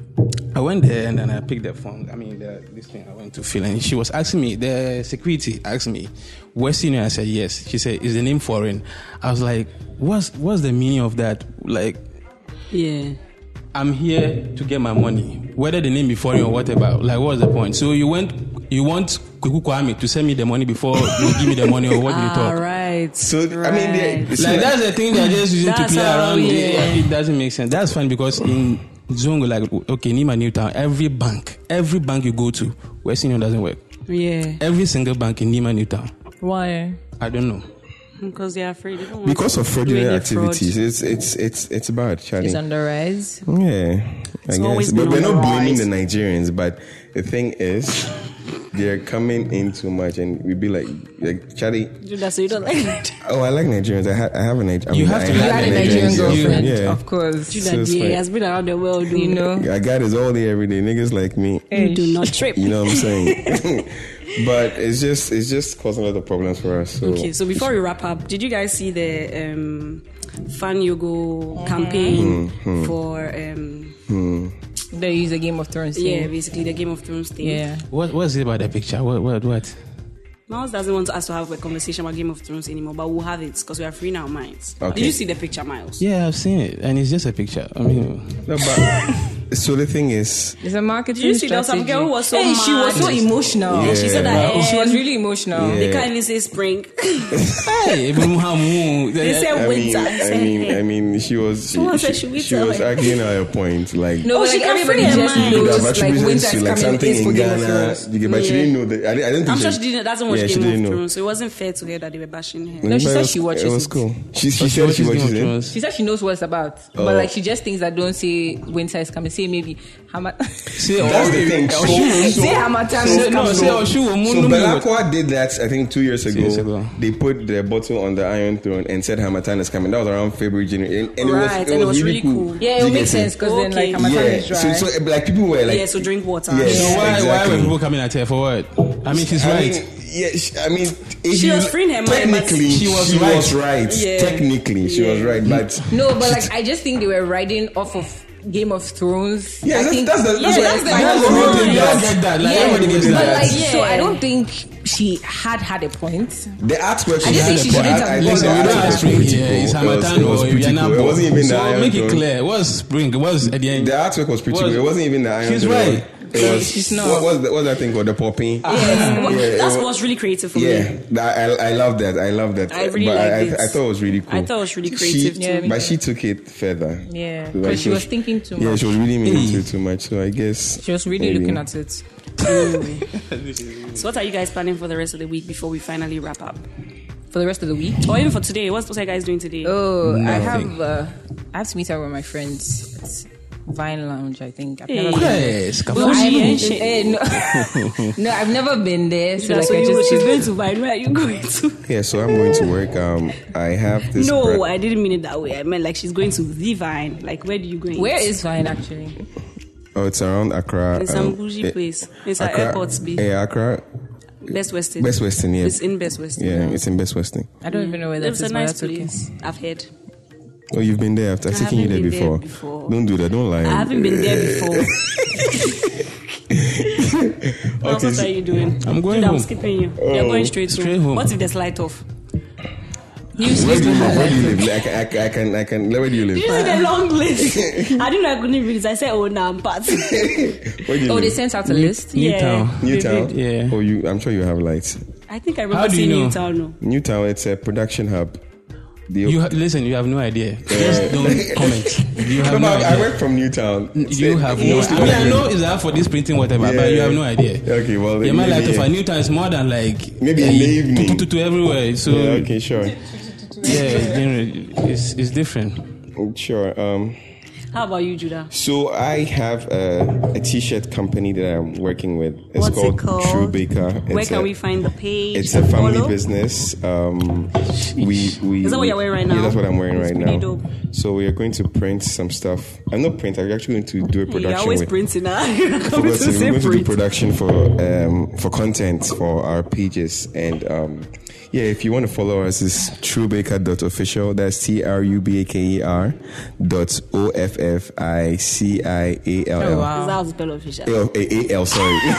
[SPEAKER 2] I went there and then I picked the phone. I mean, the, this thing I went to fill, and she was asking me. The security asked me, "West Union?" I said, "Yes." She said, "Is the name foreign?" I was like, "What's what's the meaning of that?" Like,
[SPEAKER 1] Yeah.
[SPEAKER 2] I'm here to get my money, whether the name be foreign or whatever. Like, what's the point? So you went, you want Kuku Kwame to send me the money before you give me the money, or what do you
[SPEAKER 1] All
[SPEAKER 2] talk?
[SPEAKER 1] Ah, right.
[SPEAKER 4] So I mean, they-
[SPEAKER 1] Right.
[SPEAKER 4] so
[SPEAKER 2] like that's the thing they're just using
[SPEAKER 1] That's
[SPEAKER 2] to play
[SPEAKER 1] how-
[SPEAKER 2] around. with.
[SPEAKER 1] yeah.
[SPEAKER 2] It doesn't make sense. That's fine because in Zongo, like okay, Nima New Town, every bank, every bank you go to, West Union doesn't work.
[SPEAKER 1] Yeah.
[SPEAKER 2] Every single bank in Nima New Town.
[SPEAKER 3] Why?
[SPEAKER 2] I don't know.
[SPEAKER 1] Because they are afraid. They don't want
[SPEAKER 4] because of fraudulent
[SPEAKER 1] Really fraud.
[SPEAKER 4] activities, it's it's it's it's bad, Charlie.
[SPEAKER 3] It's on the rise.
[SPEAKER 4] Yeah, I guess.
[SPEAKER 1] always
[SPEAKER 4] But
[SPEAKER 1] been
[SPEAKER 4] we're
[SPEAKER 1] on
[SPEAKER 4] not
[SPEAKER 1] the
[SPEAKER 4] blaming
[SPEAKER 1] rise.
[SPEAKER 4] the Nigerians. But the thing is, they're coming in too much, and we be like, like Charlie.
[SPEAKER 1] to do that, so you don't like that.
[SPEAKER 4] Oh, I like Nigerians. I, ha- I have a Nigerian.
[SPEAKER 2] You have to
[SPEAKER 3] You
[SPEAKER 2] like
[SPEAKER 3] had a
[SPEAKER 2] Yeah,
[SPEAKER 3] Nigerian
[SPEAKER 2] Nigerian
[SPEAKER 3] girlfriend,
[SPEAKER 4] Yeah.
[SPEAKER 3] of course.
[SPEAKER 1] Do
[SPEAKER 4] So
[SPEAKER 1] that,
[SPEAKER 4] it's
[SPEAKER 1] yeah.
[SPEAKER 4] fine.
[SPEAKER 1] It has been around the world,
[SPEAKER 3] You know,
[SPEAKER 4] I got is all day every day. Niggas like me.
[SPEAKER 1] You do not trip.
[SPEAKER 4] You know what I'm saying? but it's just it's just causing a lot of problems for us. So.
[SPEAKER 1] Okay, so before we wrap up, did you guys see the um, Fan Yogo
[SPEAKER 3] Mm-hmm.
[SPEAKER 1] campaign
[SPEAKER 4] Mm-hmm.
[SPEAKER 1] for, um,
[SPEAKER 3] they use a Game of Thrones.
[SPEAKER 1] yeah,
[SPEAKER 3] Thing.
[SPEAKER 1] basically the Game of Thrones thing?
[SPEAKER 3] Yeah.
[SPEAKER 2] What what's it about the picture? What what what?
[SPEAKER 1] Miles doesn't want us to have a conversation about Game of Thrones anymore, but we'll have it because we are free in our minds.
[SPEAKER 4] Okay.
[SPEAKER 1] Did you see the picture, Miles?
[SPEAKER 2] Yeah, I've seen it, and it's just a picture. I mean,
[SPEAKER 4] No, but so the thing is,
[SPEAKER 3] It's a marketing
[SPEAKER 1] Did you see there was some
[SPEAKER 3] strategy.
[SPEAKER 1] girl who was so
[SPEAKER 3] Hey, she was
[SPEAKER 1] mad.
[SPEAKER 3] so emotional.
[SPEAKER 1] Yeah, she said
[SPEAKER 4] Yeah.
[SPEAKER 1] that
[SPEAKER 3] Oh, She
[SPEAKER 1] um,
[SPEAKER 3] was really emotional.
[SPEAKER 1] They can't even say spring. they
[SPEAKER 2] hey, eh, Ibrahim
[SPEAKER 1] say
[SPEAKER 4] I mean,
[SPEAKER 1] winter.
[SPEAKER 4] I mean, I mean, she was she,
[SPEAKER 1] Someone
[SPEAKER 4] she,
[SPEAKER 1] said, "Should we
[SPEAKER 4] she
[SPEAKER 1] tell
[SPEAKER 4] was
[SPEAKER 1] her?"
[SPEAKER 4] arguing at a point, like
[SPEAKER 3] No,
[SPEAKER 1] Oh,
[SPEAKER 3] like
[SPEAKER 1] she can't
[SPEAKER 3] everybody
[SPEAKER 1] free her
[SPEAKER 3] just
[SPEAKER 1] mind.
[SPEAKER 4] You could have
[SPEAKER 3] knows like
[SPEAKER 4] attributed
[SPEAKER 3] winter
[SPEAKER 4] to
[SPEAKER 3] is
[SPEAKER 4] like
[SPEAKER 3] coming.
[SPEAKER 4] something
[SPEAKER 3] It's for
[SPEAKER 4] in
[SPEAKER 3] Game of
[SPEAKER 4] Ghana,
[SPEAKER 3] Thrones.
[SPEAKER 4] you get- but she
[SPEAKER 1] Yeah.
[SPEAKER 4] didn't know that. I, di- I didn't think
[SPEAKER 1] I'm sure she didn't, doesn't watch
[SPEAKER 4] Yeah, she
[SPEAKER 1] Game
[SPEAKER 4] didn't
[SPEAKER 1] of
[SPEAKER 4] know.
[SPEAKER 1] Thrones, so it wasn't fair to her that they were bashing her.
[SPEAKER 3] No, she
[SPEAKER 4] But it
[SPEAKER 3] said
[SPEAKER 4] was-
[SPEAKER 3] she watches
[SPEAKER 4] It was
[SPEAKER 3] it.
[SPEAKER 4] cool. She, she said she watches it.
[SPEAKER 3] She said she knows what it's about, but like she just thinks that don't say winter is coming. Say maybe Hama.
[SPEAKER 2] See,
[SPEAKER 4] That's the thing. So, so,
[SPEAKER 3] say Hamatan
[SPEAKER 2] Say,
[SPEAKER 3] is
[SPEAKER 2] no,
[SPEAKER 3] coming.
[SPEAKER 2] say, oh, she will move.
[SPEAKER 4] so Belacqua did that, I think, two years ago.
[SPEAKER 2] years ago.
[SPEAKER 4] They put the bottle on the Iron Throne and said Hamatan is coming. That was around February, January. And, and
[SPEAKER 1] Right,
[SPEAKER 4] it was, it was really cool.
[SPEAKER 3] yeah,
[SPEAKER 4] Did
[SPEAKER 3] it
[SPEAKER 4] you
[SPEAKER 3] makes
[SPEAKER 4] get it?
[SPEAKER 3] sense because then
[SPEAKER 1] Okay.
[SPEAKER 3] like Hamatan
[SPEAKER 4] Yeah,
[SPEAKER 3] is dry.
[SPEAKER 4] so, so like people were like,
[SPEAKER 1] yeah, so drink water.
[SPEAKER 4] Yeah.
[SPEAKER 2] So why why
[SPEAKER 4] Exactly.
[SPEAKER 2] were people coming at her for what? I mean, she's
[SPEAKER 4] I
[SPEAKER 2] right.
[SPEAKER 4] mean, yeah, she, I mean, if
[SPEAKER 1] She
[SPEAKER 4] you-
[SPEAKER 1] was freeing her mind, but
[SPEAKER 4] Technically, she was right.
[SPEAKER 1] Yeah.
[SPEAKER 4] Technically, she was right, but
[SPEAKER 3] no, but like I just think they were riding off of Game of Thrones.
[SPEAKER 4] Yeah,
[SPEAKER 3] I
[SPEAKER 4] that's-
[SPEAKER 3] think,
[SPEAKER 4] that's the- that's the-
[SPEAKER 3] yeah,
[SPEAKER 4] that's
[SPEAKER 3] my
[SPEAKER 4] the
[SPEAKER 3] point.
[SPEAKER 4] real thing.
[SPEAKER 2] You don't
[SPEAKER 4] Yes.
[SPEAKER 2] get that. Like,
[SPEAKER 4] Yeah.
[SPEAKER 2] everybody gets
[SPEAKER 4] But,
[SPEAKER 3] But
[SPEAKER 2] that.
[SPEAKER 3] like,
[SPEAKER 1] Yeah.
[SPEAKER 3] so I don't think she had had a point.
[SPEAKER 4] the artwork.
[SPEAKER 3] I just think she
[SPEAKER 4] the
[SPEAKER 3] should
[SPEAKER 4] point.
[SPEAKER 3] have
[SPEAKER 4] I- I think
[SPEAKER 3] gone
[SPEAKER 4] the
[SPEAKER 2] Listen, we don't
[SPEAKER 4] artwork
[SPEAKER 2] have
[SPEAKER 4] was
[SPEAKER 2] spring
[SPEAKER 4] pretty
[SPEAKER 2] here.
[SPEAKER 4] cool.
[SPEAKER 2] It's
[SPEAKER 4] It was-
[SPEAKER 2] Hamatan
[SPEAKER 4] it was
[SPEAKER 2] or
[SPEAKER 4] pretty
[SPEAKER 2] Vietnam.
[SPEAKER 4] cool. It wasn't even the
[SPEAKER 2] So
[SPEAKER 4] Iron
[SPEAKER 2] make it
[SPEAKER 4] Throne.
[SPEAKER 2] clear. What's spring? What's at the end?
[SPEAKER 4] The artwork was pretty
[SPEAKER 2] Was-
[SPEAKER 4] cool. It wasn't even the Iron
[SPEAKER 2] She's Ah.
[SPEAKER 4] Throne.
[SPEAKER 2] right.
[SPEAKER 4] It was,
[SPEAKER 3] She's not.
[SPEAKER 4] What was, the, what was that thing called? The popping?
[SPEAKER 1] Well,
[SPEAKER 4] Yeah, it
[SPEAKER 1] that's
[SPEAKER 4] was-
[SPEAKER 1] what's really creative for me.
[SPEAKER 4] Yeah, that- I, I love that. I love that.
[SPEAKER 1] I really
[SPEAKER 4] but I,
[SPEAKER 1] liked
[SPEAKER 4] I, I
[SPEAKER 1] it.
[SPEAKER 4] thought it was really cool.
[SPEAKER 1] I thought it was really
[SPEAKER 4] She,
[SPEAKER 1] creative too. Yeah,
[SPEAKER 3] me
[SPEAKER 4] but she took it further.
[SPEAKER 3] Yeah,
[SPEAKER 4] Like,
[SPEAKER 3] 'cause she was thinking too
[SPEAKER 4] Yeah,
[SPEAKER 3] much.
[SPEAKER 4] she was really meaning to too much. So I guess
[SPEAKER 3] She was really
[SPEAKER 4] maybe.
[SPEAKER 3] looking at it.
[SPEAKER 1] So what are you guys planning for the rest of the week before we finally wrap up?
[SPEAKER 3] For the rest of the week,
[SPEAKER 1] Or even for today? What's, what are you guys doing today?
[SPEAKER 3] Oh, I have uh, I have to meet up with my friends at Vine Lounge, I think. I've never been
[SPEAKER 2] Yes,
[SPEAKER 1] Well,
[SPEAKER 2] Kafa.
[SPEAKER 1] she
[SPEAKER 3] I haven't-
[SPEAKER 1] ain't shit.
[SPEAKER 3] eh, no. no, I've never been there, so
[SPEAKER 1] That's
[SPEAKER 3] like I
[SPEAKER 1] what you-
[SPEAKER 3] just
[SPEAKER 1] she's going to find. Where are you going to?
[SPEAKER 4] Yeah, so I'm going to work. Um, I have this.
[SPEAKER 1] No,
[SPEAKER 4] pre-
[SPEAKER 1] I didn't mean it that way. I meant like she's going to the vine. Like where do you go?
[SPEAKER 3] where is Oh, Vine actually?
[SPEAKER 4] Oh, it's around Accra.
[SPEAKER 1] It's some bougie
[SPEAKER 4] eh,
[SPEAKER 1] place. It's at Airport B.
[SPEAKER 3] Eh,
[SPEAKER 4] Yeah, Accra.
[SPEAKER 1] Best Western?
[SPEAKER 4] Best Western, yeah.
[SPEAKER 1] It's in Best Western.
[SPEAKER 4] yeah, it's in Best Western.
[SPEAKER 3] I don't even know where that
[SPEAKER 1] It's
[SPEAKER 3] is.
[SPEAKER 1] a
[SPEAKER 3] but
[SPEAKER 1] nice
[SPEAKER 3] that's okay.
[SPEAKER 1] place. I've heard.
[SPEAKER 4] Oh, you've been there. I've, I've
[SPEAKER 1] I
[SPEAKER 4] taken you there
[SPEAKER 1] haven't been
[SPEAKER 4] before.
[SPEAKER 1] there before.
[SPEAKER 4] Don't do that. Don't lie.
[SPEAKER 1] I haven't been there before. Now,
[SPEAKER 4] Okay,
[SPEAKER 1] what
[SPEAKER 4] so-
[SPEAKER 1] are you doing?
[SPEAKER 2] I'm going
[SPEAKER 1] Dude, I'm
[SPEAKER 2] home.
[SPEAKER 1] skipping you.
[SPEAKER 3] Oh.
[SPEAKER 1] You're going straight,
[SPEAKER 2] Straight home.
[SPEAKER 1] What if there's light off?
[SPEAKER 4] Where do you live? Where do you live? Like, I, I, I can, I can. Where do you
[SPEAKER 1] Did you
[SPEAKER 4] live?
[SPEAKER 1] see the long list? I didn't know I couldn't read it. I said, oh, no, I'm part.
[SPEAKER 4] Where do you
[SPEAKER 3] Oh, they
[SPEAKER 4] live?
[SPEAKER 3] sent out a list.
[SPEAKER 2] Newtown.
[SPEAKER 4] Newtown.
[SPEAKER 2] Yeah.
[SPEAKER 4] Oh, you. I'm sure you have lights.
[SPEAKER 1] I think I
[SPEAKER 2] How
[SPEAKER 1] remember
[SPEAKER 2] do you
[SPEAKER 1] seeing
[SPEAKER 2] know?
[SPEAKER 1] Newtown. No.
[SPEAKER 4] Newtown. It's a production hub. The-
[SPEAKER 2] You ha- listen. You have no idea. Just don't comment. You have
[SPEAKER 4] No,
[SPEAKER 2] no
[SPEAKER 4] but I
[SPEAKER 2] idea.
[SPEAKER 4] work from Newtown.
[SPEAKER 2] You have no.
[SPEAKER 4] Most
[SPEAKER 2] I
[SPEAKER 4] people-
[SPEAKER 2] mean, I know it's hard for this printing, whatever,
[SPEAKER 4] Yeah.
[SPEAKER 2] but you have no idea.
[SPEAKER 4] Okay, well,
[SPEAKER 2] yeah, my
[SPEAKER 4] maybe,
[SPEAKER 2] life
[SPEAKER 4] yeah.
[SPEAKER 2] of Newtown is more than like
[SPEAKER 4] Maybe in the evening.
[SPEAKER 2] to, everywhere. So
[SPEAKER 4] Yeah, okay, sure,
[SPEAKER 2] yeah, generally, it's it's different.
[SPEAKER 4] Oh, sure. Um,
[SPEAKER 1] How about you, Judah?
[SPEAKER 4] So I have a, a t-shirt company that I'm working with. It's
[SPEAKER 1] What's it called?
[SPEAKER 4] True Baker.
[SPEAKER 1] Where
[SPEAKER 4] It's
[SPEAKER 1] can
[SPEAKER 4] a-
[SPEAKER 1] we find the page?
[SPEAKER 4] It's a family
[SPEAKER 1] Follow?
[SPEAKER 4] business. Um, we, we
[SPEAKER 1] Is that what you're wearing right now?
[SPEAKER 4] Yeah, that's what I'm wearing
[SPEAKER 1] It's
[SPEAKER 4] right
[SPEAKER 1] pretty
[SPEAKER 4] now.
[SPEAKER 1] dope.
[SPEAKER 4] So we are going to print some stuff. I'm not print. I'm actually going to do a production.
[SPEAKER 1] You're always
[SPEAKER 4] with,
[SPEAKER 1] printing. Huh? You're
[SPEAKER 4] I
[SPEAKER 1] coming
[SPEAKER 4] forgot
[SPEAKER 1] to
[SPEAKER 4] to-
[SPEAKER 1] say
[SPEAKER 4] we're going to do
[SPEAKER 1] print.
[SPEAKER 4] production for um, for content for our pages and. Um, yeah, if you want to follow us, it's truebaker.official. That's T R U B A K E R dot O F F I C I A L L.
[SPEAKER 3] Oh, wow.
[SPEAKER 1] Is that how to spell official?
[SPEAKER 4] Oh, A- A- L, sorry.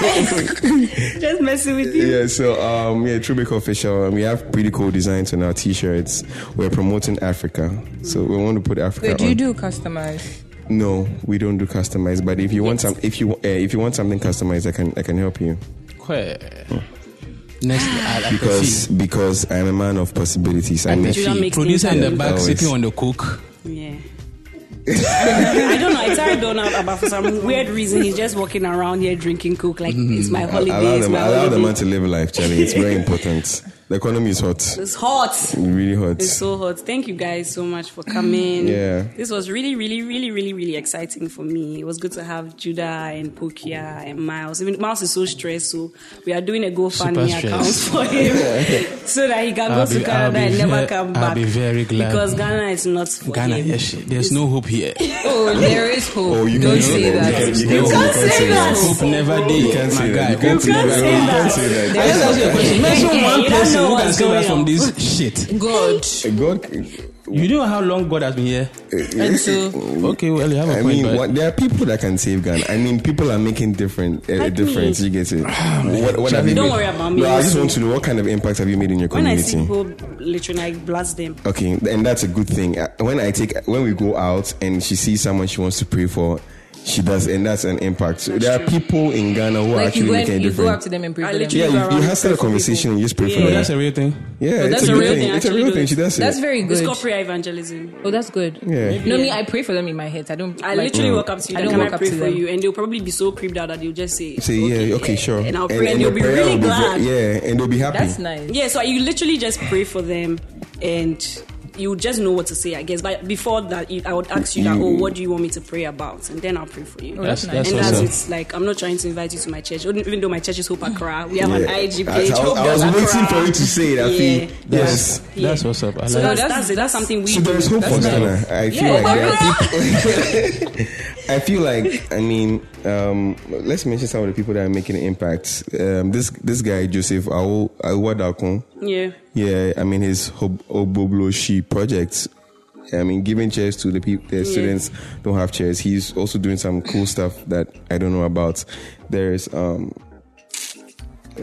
[SPEAKER 1] Just messing with you.
[SPEAKER 4] yeah, so um, yeah, Trubic official, and we have pretty cool designs on our t-shirts. We're promoting Africa, so we want to put Africa.
[SPEAKER 3] Wait, do you
[SPEAKER 4] on.
[SPEAKER 3] do customize?
[SPEAKER 4] No, we don't do customized. But if you want some, if you uh, if you want something customized, I can I can help you
[SPEAKER 2] Quite.
[SPEAKER 1] Hmm.
[SPEAKER 2] Next, I, I
[SPEAKER 4] because because I'm a man of possibilities. I mean,
[SPEAKER 1] you don't make
[SPEAKER 2] producer
[SPEAKER 1] things
[SPEAKER 2] in the
[SPEAKER 1] happen.
[SPEAKER 2] back
[SPEAKER 4] Always.
[SPEAKER 2] sipping on the coke.
[SPEAKER 1] Yeah. I don't know. I tell Donald about for some weird reason he's just walking around here drinking coke like
[SPEAKER 4] Mm-hmm.
[SPEAKER 1] it's my holiday.
[SPEAKER 4] allow
[SPEAKER 1] it's
[SPEAKER 4] them
[SPEAKER 1] my
[SPEAKER 4] allow the
[SPEAKER 1] holiday.
[SPEAKER 4] man to live life, Charlie. It's very important. The economy is hot,
[SPEAKER 1] it's hot.
[SPEAKER 4] really hot.
[SPEAKER 1] It's so hot. Thank you guys so much for coming.
[SPEAKER 4] Yeah.
[SPEAKER 1] This was really, really, really, really, really exciting for me. It was good to have Judah and Pokia and Miles. I mean, Miles is so stressed, so we are doing a
[SPEAKER 2] Super
[SPEAKER 1] GoFundMe account
[SPEAKER 2] stressed.
[SPEAKER 1] for him so that he can
[SPEAKER 2] I'll
[SPEAKER 1] go
[SPEAKER 2] be-
[SPEAKER 1] to
[SPEAKER 2] I'll
[SPEAKER 1] Canada
[SPEAKER 2] be
[SPEAKER 1] and never
[SPEAKER 2] very-
[SPEAKER 1] come
[SPEAKER 2] I'll
[SPEAKER 1] back.
[SPEAKER 2] be very glad.
[SPEAKER 1] Because Ghana is not for
[SPEAKER 2] Ghana,
[SPEAKER 1] him.
[SPEAKER 2] yeah, shit. There's no hope here.
[SPEAKER 3] Oh, there is hope.
[SPEAKER 4] Oh, you
[SPEAKER 3] Don't
[SPEAKER 4] can
[SPEAKER 3] say
[SPEAKER 4] you
[SPEAKER 3] that.
[SPEAKER 4] can- you
[SPEAKER 1] You
[SPEAKER 4] can-
[SPEAKER 1] can't
[SPEAKER 4] you
[SPEAKER 1] say that.
[SPEAKER 2] hope never did.
[SPEAKER 4] You can't
[SPEAKER 2] my
[SPEAKER 4] say that.
[SPEAKER 2] guy.
[SPEAKER 4] You can't say
[SPEAKER 1] You can't
[SPEAKER 4] that.
[SPEAKER 1] say
[SPEAKER 4] You can't say
[SPEAKER 1] that.
[SPEAKER 4] that.
[SPEAKER 2] Let's ask you a question. Mention
[SPEAKER 1] Hey,
[SPEAKER 2] one
[SPEAKER 1] you don't
[SPEAKER 2] person
[SPEAKER 1] know
[SPEAKER 2] who can
[SPEAKER 1] what's
[SPEAKER 2] save
[SPEAKER 1] going
[SPEAKER 2] us from
[SPEAKER 1] on.
[SPEAKER 2] this shit.
[SPEAKER 3] God.
[SPEAKER 4] God,
[SPEAKER 2] You know how long God has been here?
[SPEAKER 3] And so,
[SPEAKER 2] Okay, well, you have a
[SPEAKER 4] I
[SPEAKER 2] point.
[SPEAKER 4] mean,
[SPEAKER 2] but
[SPEAKER 4] what, there are people that can save Ghana. I mean, people are making different uh,
[SPEAKER 1] Like
[SPEAKER 4] difference.
[SPEAKER 1] me.
[SPEAKER 4] You get it? what, what have you
[SPEAKER 1] Don't
[SPEAKER 4] made-
[SPEAKER 1] worry about me.
[SPEAKER 4] No, I just want to know what kind of impact have you made in your
[SPEAKER 1] When I
[SPEAKER 4] community?
[SPEAKER 1] see people literally, I blast them.
[SPEAKER 4] Okay, and that's a good thing. Uh, When I take when we go out and she sees someone she wants to pray for, she does, and that's an impact. So there are people in Ghana who are
[SPEAKER 3] like,
[SPEAKER 4] actually
[SPEAKER 3] you go,
[SPEAKER 4] making a
[SPEAKER 3] and, you go up
[SPEAKER 4] difference.
[SPEAKER 3] to them and pray
[SPEAKER 1] I
[SPEAKER 3] for them.
[SPEAKER 1] literally
[SPEAKER 4] Yeah,
[SPEAKER 1] go
[SPEAKER 4] you,
[SPEAKER 1] around
[SPEAKER 4] you have
[SPEAKER 1] pray
[SPEAKER 4] a
[SPEAKER 1] for
[SPEAKER 4] conversation and you just pray for
[SPEAKER 1] Yeah.
[SPEAKER 2] Oh,
[SPEAKER 4] them.
[SPEAKER 2] that's a real thing.
[SPEAKER 4] yeah,
[SPEAKER 3] that's
[SPEAKER 4] it's a,
[SPEAKER 3] a
[SPEAKER 4] good
[SPEAKER 3] real
[SPEAKER 4] thing.
[SPEAKER 1] thing,
[SPEAKER 4] It's a
[SPEAKER 1] actually
[SPEAKER 4] real
[SPEAKER 1] do
[SPEAKER 4] thing. She
[SPEAKER 1] it.
[SPEAKER 4] does it.
[SPEAKER 3] That's very
[SPEAKER 1] It's
[SPEAKER 3] good.
[SPEAKER 1] called prayer evangelism.
[SPEAKER 3] Oh, that's good.
[SPEAKER 4] Yeah. Mm.
[SPEAKER 3] No, me, I pray for them in my head. I don't.
[SPEAKER 1] I
[SPEAKER 3] like,
[SPEAKER 1] literally walk up to you
[SPEAKER 3] I
[SPEAKER 1] and
[SPEAKER 3] don't
[SPEAKER 1] can I
[SPEAKER 3] walk up
[SPEAKER 1] pray
[SPEAKER 3] to
[SPEAKER 1] for
[SPEAKER 3] them.
[SPEAKER 1] you, and they'll probably be so creeped out that they'll just say,
[SPEAKER 4] Say yeah, okay, sure.
[SPEAKER 1] and I'll pray, and,
[SPEAKER 4] your
[SPEAKER 1] you'll be
[SPEAKER 4] prayer
[SPEAKER 1] really
[SPEAKER 4] will ve-
[SPEAKER 1] glad.
[SPEAKER 4] yeah, and they'll be happy.
[SPEAKER 3] That's nice.
[SPEAKER 1] Yeah, so you literally just pray for them and you just know what to say, I guess. But before that, you, I would ask you, that, oh, what do you want me to pray about? And then I'll pray for you.
[SPEAKER 2] That's,
[SPEAKER 3] nice.
[SPEAKER 2] that's
[SPEAKER 1] and
[SPEAKER 2] awesome.
[SPEAKER 1] that's it. Like, I'm not trying to invite you to my church, even though my church is Hope Accra. We have
[SPEAKER 4] Yeah.
[SPEAKER 1] an IG
[SPEAKER 4] I,
[SPEAKER 1] page.
[SPEAKER 4] I,
[SPEAKER 1] Hope
[SPEAKER 4] was- I was
[SPEAKER 1] Accra.
[SPEAKER 4] waiting for you to say that.
[SPEAKER 1] Yeah.
[SPEAKER 4] Yes.
[SPEAKER 2] That's what's up. I
[SPEAKER 1] So
[SPEAKER 2] like
[SPEAKER 1] that's,
[SPEAKER 3] that's-
[SPEAKER 1] that's, it. That's something we
[SPEAKER 4] So
[SPEAKER 1] do.
[SPEAKER 4] there's hope for Ghana. I feel like there are people. I feel like I mean, um, let's mention some of the people that are making an impact. Um, this this guy Joseph Awo Awadakun.
[SPEAKER 1] Yeah.
[SPEAKER 4] Yeah, I mean his Hob- Obobloshi project. I mean, giving chairs to the people, the students don't have chairs. He's also doing some cool stuff that I don't know about. There's um,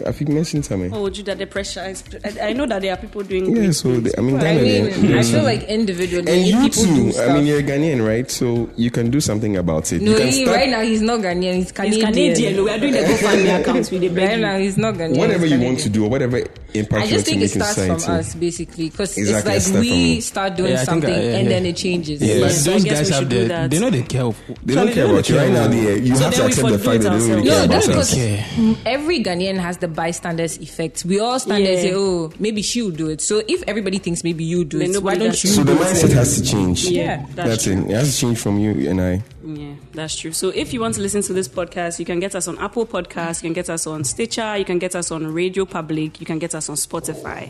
[SPEAKER 4] have you mentioned something?
[SPEAKER 1] Oh, Judah, the pressure is. I, I know that there are people doing.
[SPEAKER 4] yeah,
[SPEAKER 1] great
[SPEAKER 4] so
[SPEAKER 1] things,
[SPEAKER 4] the, I mean,
[SPEAKER 1] but-
[SPEAKER 4] Ghana,
[SPEAKER 3] I mean,
[SPEAKER 4] there-
[SPEAKER 3] I feel like individually,
[SPEAKER 4] And
[SPEAKER 3] if
[SPEAKER 4] you
[SPEAKER 3] people do
[SPEAKER 4] too. I
[SPEAKER 3] stuff.
[SPEAKER 4] mean, you're Ghanaian, right? So you can do something about it.
[SPEAKER 3] no,
[SPEAKER 4] you can
[SPEAKER 3] he,
[SPEAKER 4] start-
[SPEAKER 3] right now he's not Ghanaian. He's
[SPEAKER 1] It's
[SPEAKER 3] Canadian.
[SPEAKER 1] Canadian. We are doing the GoFundMe accounts with the
[SPEAKER 3] Right
[SPEAKER 1] beg
[SPEAKER 3] now
[SPEAKER 1] you.
[SPEAKER 3] he's not Ghanaian.
[SPEAKER 4] whatever
[SPEAKER 3] he's
[SPEAKER 4] you want
[SPEAKER 3] Canadian.
[SPEAKER 4] to do, or whatever impact
[SPEAKER 3] I
[SPEAKER 4] you want
[SPEAKER 3] just
[SPEAKER 4] to
[SPEAKER 3] think it
[SPEAKER 4] make in
[SPEAKER 3] starts
[SPEAKER 4] society.
[SPEAKER 3] from us, basically, because
[SPEAKER 4] Exactly, it
[SPEAKER 3] it's
[SPEAKER 4] starts
[SPEAKER 3] like
[SPEAKER 4] from
[SPEAKER 3] we
[SPEAKER 4] us.
[SPEAKER 3] start doing
[SPEAKER 2] Yeah, I think I-
[SPEAKER 3] something
[SPEAKER 2] yeah,
[SPEAKER 3] and
[SPEAKER 2] yeah.
[SPEAKER 3] then it changes.
[SPEAKER 4] Yeah.
[SPEAKER 2] But
[SPEAKER 1] Yes, I
[SPEAKER 2] those
[SPEAKER 1] guess
[SPEAKER 2] guys
[SPEAKER 1] we
[SPEAKER 2] have
[SPEAKER 1] should do
[SPEAKER 2] the.
[SPEAKER 1] that.
[SPEAKER 2] They know they care.
[SPEAKER 4] They don't care
[SPEAKER 2] know
[SPEAKER 4] about
[SPEAKER 2] they
[SPEAKER 4] you right
[SPEAKER 2] care.
[SPEAKER 4] now. They, you
[SPEAKER 1] So
[SPEAKER 4] have to
[SPEAKER 1] then we
[SPEAKER 4] accept
[SPEAKER 1] should
[SPEAKER 4] the
[SPEAKER 1] do
[SPEAKER 4] fact
[SPEAKER 1] it
[SPEAKER 4] that they don't really
[SPEAKER 1] ourselves.
[SPEAKER 4] care
[SPEAKER 3] No,
[SPEAKER 4] about
[SPEAKER 3] that's
[SPEAKER 4] us.
[SPEAKER 3] because
[SPEAKER 2] Okay.
[SPEAKER 3] every Ghanaian has the bystanders effect. We all stand there and say,
[SPEAKER 1] Yeah.
[SPEAKER 3] oh, maybe she'll do it. So if everybody thinks maybe you do
[SPEAKER 1] Then
[SPEAKER 3] it, why
[SPEAKER 1] nobody
[SPEAKER 3] don't
[SPEAKER 1] does
[SPEAKER 3] you
[SPEAKER 1] it.
[SPEAKER 4] So the
[SPEAKER 3] do
[SPEAKER 4] mindset
[SPEAKER 3] it?
[SPEAKER 4] has to change.
[SPEAKER 3] Yeah,
[SPEAKER 1] that's
[SPEAKER 4] that's, it. It has to change from you and I.
[SPEAKER 1] Yeah, that's true. So if you want to listen to this podcast, you can get us on Apple Podcasts, you can get us on Stitcher, you can get us on Radio Public, you can get us on Spotify.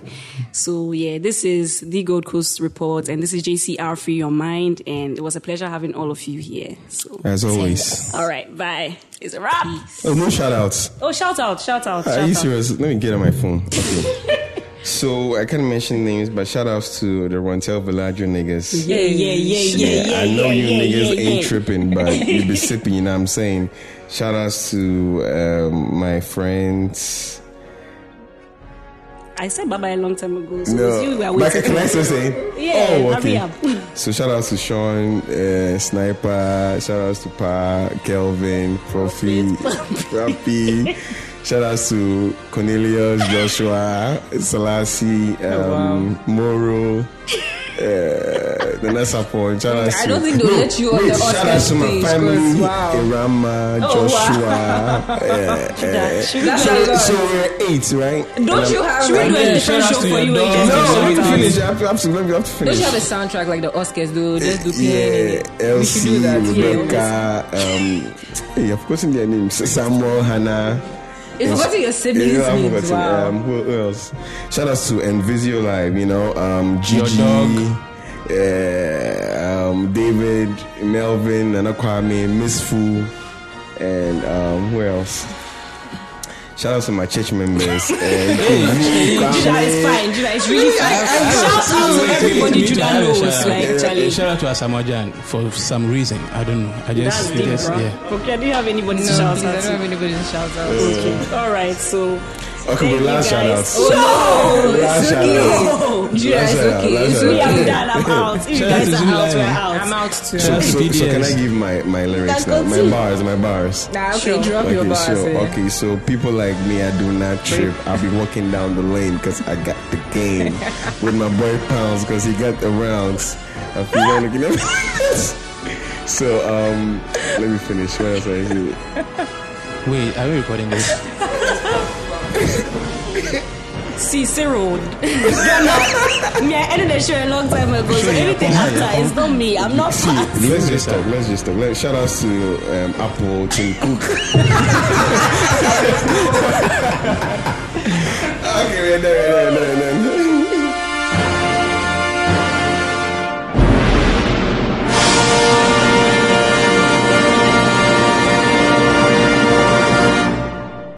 [SPEAKER 1] So yeah, this is the Gold Coast Report, and this is JCR Free Your Mind, and it was a pleasure having all of you here. So
[SPEAKER 4] As always.
[SPEAKER 1] all right, bye. It's a wrap.
[SPEAKER 4] Oh, no shout outs.
[SPEAKER 1] Oh, shout out, shout out,
[SPEAKER 4] Are Ah, you
[SPEAKER 1] shout out.
[SPEAKER 4] serious? Let me get on my phone. Okay. so I can't mention names, but shout outs to the Rontel Villaggio niggas.
[SPEAKER 1] Yeah, yeah, yeah, yeah, yeah.
[SPEAKER 4] I know
[SPEAKER 1] yeah,
[SPEAKER 4] you
[SPEAKER 1] yeah,
[SPEAKER 4] niggas
[SPEAKER 1] yeah,
[SPEAKER 4] ain't
[SPEAKER 1] yeah.
[SPEAKER 4] tripping, but you be sipping, you know what I'm saying? Shout outs to um, my friends.
[SPEAKER 1] I said bye bye a long time ago. So it's you who
[SPEAKER 4] No,
[SPEAKER 1] are
[SPEAKER 4] like, can I
[SPEAKER 1] waiting.
[SPEAKER 4] still say?
[SPEAKER 1] Yeah,
[SPEAKER 4] oh, okay.
[SPEAKER 1] hurry up.
[SPEAKER 4] So shout outs to Sean, uh, Sniper, shout outs to Pa, Kelvin, Profi, Rafi, shout outs to Cornelius,
[SPEAKER 3] Oh,
[SPEAKER 4] Joshua, Selassie, um, Moro, uh, the Nasapo, Jalasu.
[SPEAKER 3] I don't think they'll let you on the Oscar
[SPEAKER 4] Shout out to my
[SPEAKER 3] stage. 'cause,
[SPEAKER 4] family,
[SPEAKER 3] Wow. Oh,
[SPEAKER 4] Irama,
[SPEAKER 3] wow.
[SPEAKER 4] Joshua. eh, eh.
[SPEAKER 3] That's a
[SPEAKER 4] So,
[SPEAKER 3] lot.
[SPEAKER 4] so we're eight, right?
[SPEAKER 3] Don't you have
[SPEAKER 6] Should we
[SPEAKER 3] like,
[SPEAKER 6] do a
[SPEAKER 3] the-
[SPEAKER 6] different
[SPEAKER 2] shout out
[SPEAKER 6] show
[SPEAKER 2] to
[SPEAKER 6] for
[SPEAKER 2] your
[SPEAKER 6] you?
[SPEAKER 2] dog.
[SPEAKER 6] and
[SPEAKER 4] No,
[SPEAKER 6] just
[SPEAKER 4] we
[SPEAKER 6] shout
[SPEAKER 4] have to
[SPEAKER 6] out?
[SPEAKER 4] finish. I have to, absolutely, we have to
[SPEAKER 3] Don't
[SPEAKER 4] finish.
[SPEAKER 3] you have a soundtrack like the Oscars do? Just do
[SPEAKER 4] yeah,
[SPEAKER 3] pain. we should
[SPEAKER 4] Elsie,
[SPEAKER 3] do that. Yeah.
[SPEAKER 4] Rebecca. Um, hey, I've forgotten their names. Samuel, Hannah.
[SPEAKER 3] You
[SPEAKER 4] Yes.
[SPEAKER 3] forgotten your siblings'
[SPEAKER 4] Yeah, I've
[SPEAKER 3] names.
[SPEAKER 4] forgotten.
[SPEAKER 3] Wow.
[SPEAKER 4] Um, who else? Shout out to Envisio Live, you know, um, Gigi,
[SPEAKER 2] dog.
[SPEAKER 4] uh, um, David, Melvin, Nana Kwame, Miss Fu, and um, who else? Shout out to my church members. and Kogi,
[SPEAKER 6] Judah
[SPEAKER 4] Kwame.
[SPEAKER 6] is fine. Judah is really fine. Shout out to everybody
[SPEAKER 2] We need to
[SPEAKER 6] Judah
[SPEAKER 2] have a
[SPEAKER 6] knows.
[SPEAKER 2] shout out.
[SPEAKER 6] Like,
[SPEAKER 2] Yeah,
[SPEAKER 6] Charlie.
[SPEAKER 2] Shout out to Asamoah for some reason. I don't know. I
[SPEAKER 6] That's
[SPEAKER 2] just, I
[SPEAKER 6] deep,
[SPEAKER 2] just
[SPEAKER 6] bro.
[SPEAKER 2] yeah.
[SPEAKER 6] Okay, I didn't have anybody to
[SPEAKER 3] No,
[SPEAKER 6] shout
[SPEAKER 3] please, I
[SPEAKER 6] out
[SPEAKER 3] don't have
[SPEAKER 6] to.
[SPEAKER 3] anybody to shout out.
[SPEAKER 6] Okay. All right, so.
[SPEAKER 4] Okay,
[SPEAKER 6] Thank
[SPEAKER 4] but
[SPEAKER 6] you
[SPEAKER 4] last shout
[SPEAKER 6] guys.
[SPEAKER 4] out.
[SPEAKER 3] No,
[SPEAKER 4] Last
[SPEAKER 3] it's
[SPEAKER 4] shout
[SPEAKER 3] okay.
[SPEAKER 4] out.
[SPEAKER 6] Oh,
[SPEAKER 3] Yeah,
[SPEAKER 4] Last
[SPEAKER 3] it's
[SPEAKER 4] shout out,
[SPEAKER 3] okay.
[SPEAKER 4] last
[SPEAKER 3] It's
[SPEAKER 4] shout
[SPEAKER 6] we
[SPEAKER 4] out.
[SPEAKER 6] are
[SPEAKER 3] okay.
[SPEAKER 6] done. I'm out. If you
[SPEAKER 2] Shout out
[SPEAKER 6] guys
[SPEAKER 2] to
[SPEAKER 6] are
[SPEAKER 2] Zulu
[SPEAKER 6] out, we're
[SPEAKER 2] Lion.
[SPEAKER 6] out.
[SPEAKER 3] I'm out too.
[SPEAKER 4] So,
[SPEAKER 2] Shout out to
[SPEAKER 4] so, so can I
[SPEAKER 2] DDS.
[SPEAKER 4] give my, my
[SPEAKER 6] Can
[SPEAKER 4] lyrics
[SPEAKER 6] I
[SPEAKER 4] now? My
[SPEAKER 6] continue?
[SPEAKER 4] bars, my bars.
[SPEAKER 3] Nah, okay, drop your
[SPEAKER 4] Okay,
[SPEAKER 3] bars.
[SPEAKER 4] so
[SPEAKER 3] eh.
[SPEAKER 4] okay, so people like me, I do not trip. I'll be walking down the lane because I got the game with my boy Pounds because he got the rounds. I feel like looking at So um, let me finish. What else I do?
[SPEAKER 2] Wait, are we recording this?
[SPEAKER 6] See, Cyril. Ghana. Me, I ended the show a long time ago, so anything after is not me. I'm not part.
[SPEAKER 4] Let's just talk. Let's just talk. Let, shout outs to um, Apple, Tim Cook. okay, we're done. We're done. We're done. We're done.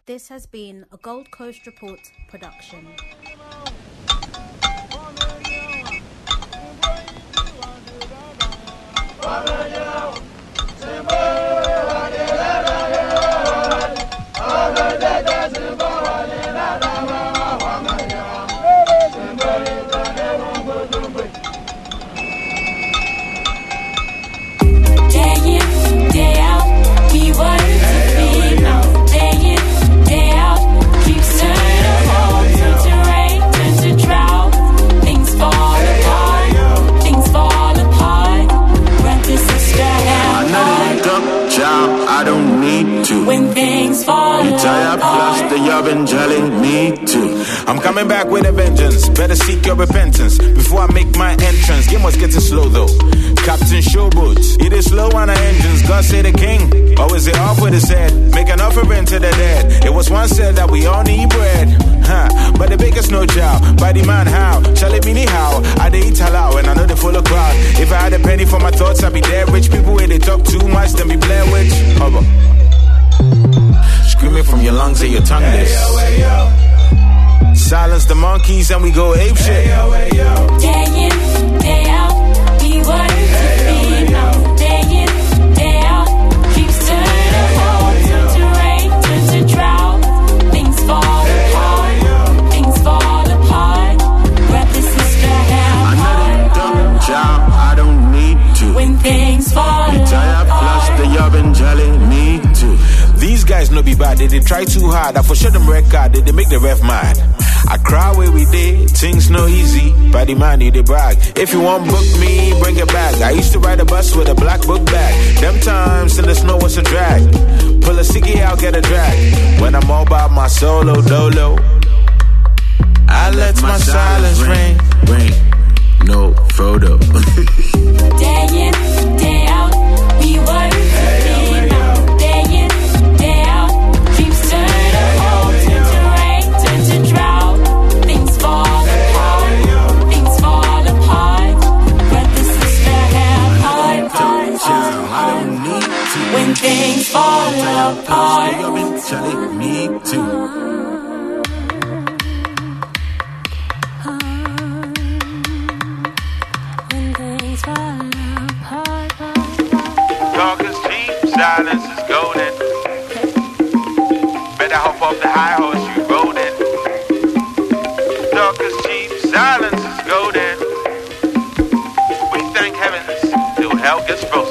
[SPEAKER 5] This has been a Gold Coast Report production.
[SPEAKER 1] Day in, day out, we were to be known. Day in, day out, keeps turning cold. Turns to rain, turns to drought. Things fall apart, things fall apart. Breath is
[SPEAKER 7] Another
[SPEAKER 1] extra
[SPEAKER 7] hiccup, job I don't need to.
[SPEAKER 1] When things fall
[SPEAKER 7] You tired, plus
[SPEAKER 1] apart.
[SPEAKER 7] the you've been telling me to. I'm coming back with a vengeance. Better seek your repentance before I make my entrance. Game was getting slow though. Captain Showboat, it is slow on the engines. God say the king. Or is it off with his head? Make an offering to the dead. It was once said that we all need bread. Huh. But the biggest no job. By the man, how? Shall it be me how? I they eat halal and I know they full of crowd. If I had a penny for my thoughts, I'd be dead rich. People where they talk too much, then be Blair Witch. Hubba. Screaming from your lungs and your tongue this. Silence the monkeys and we go ape shit.
[SPEAKER 1] Day in, day out, we were to be known. Day in, day out, keeps turning cold. Turns to rain, turns to drought. Things fall apart, things fall apart. Breathless is dragged
[SPEAKER 7] Another dumb
[SPEAKER 1] out.
[SPEAKER 7] job I don't need to.
[SPEAKER 1] When things fall
[SPEAKER 7] Tired plus
[SPEAKER 1] apart.
[SPEAKER 7] the y'all been telling me to. These guys no be bad, they, they try too hard. I for sure them red card, they, they make the ref mad. I cry where we did, things no easy. By the money they brag. If you want book me, bring it back. I used to ride a bus with a black book bag. Them times in the snow was a drag. Pull a ciggy out, get a drag. When I'm all by my solo dolo, I let my silence ring. Ring, no Frodo.
[SPEAKER 1] Day in, day out, we work to be known. Day in, day out, keeps turning cold. Turn to rain, turn to drought. Things fall apart, things fall apart. Breathless is dragged apart. When things fall apart.
[SPEAKER 5] When things fall apart.
[SPEAKER 7] Talk is cheap, silence is golden. Better hop off the high horse you rode it. Talk is cheap, silence is golden. We thank heavens till hell gets frozen.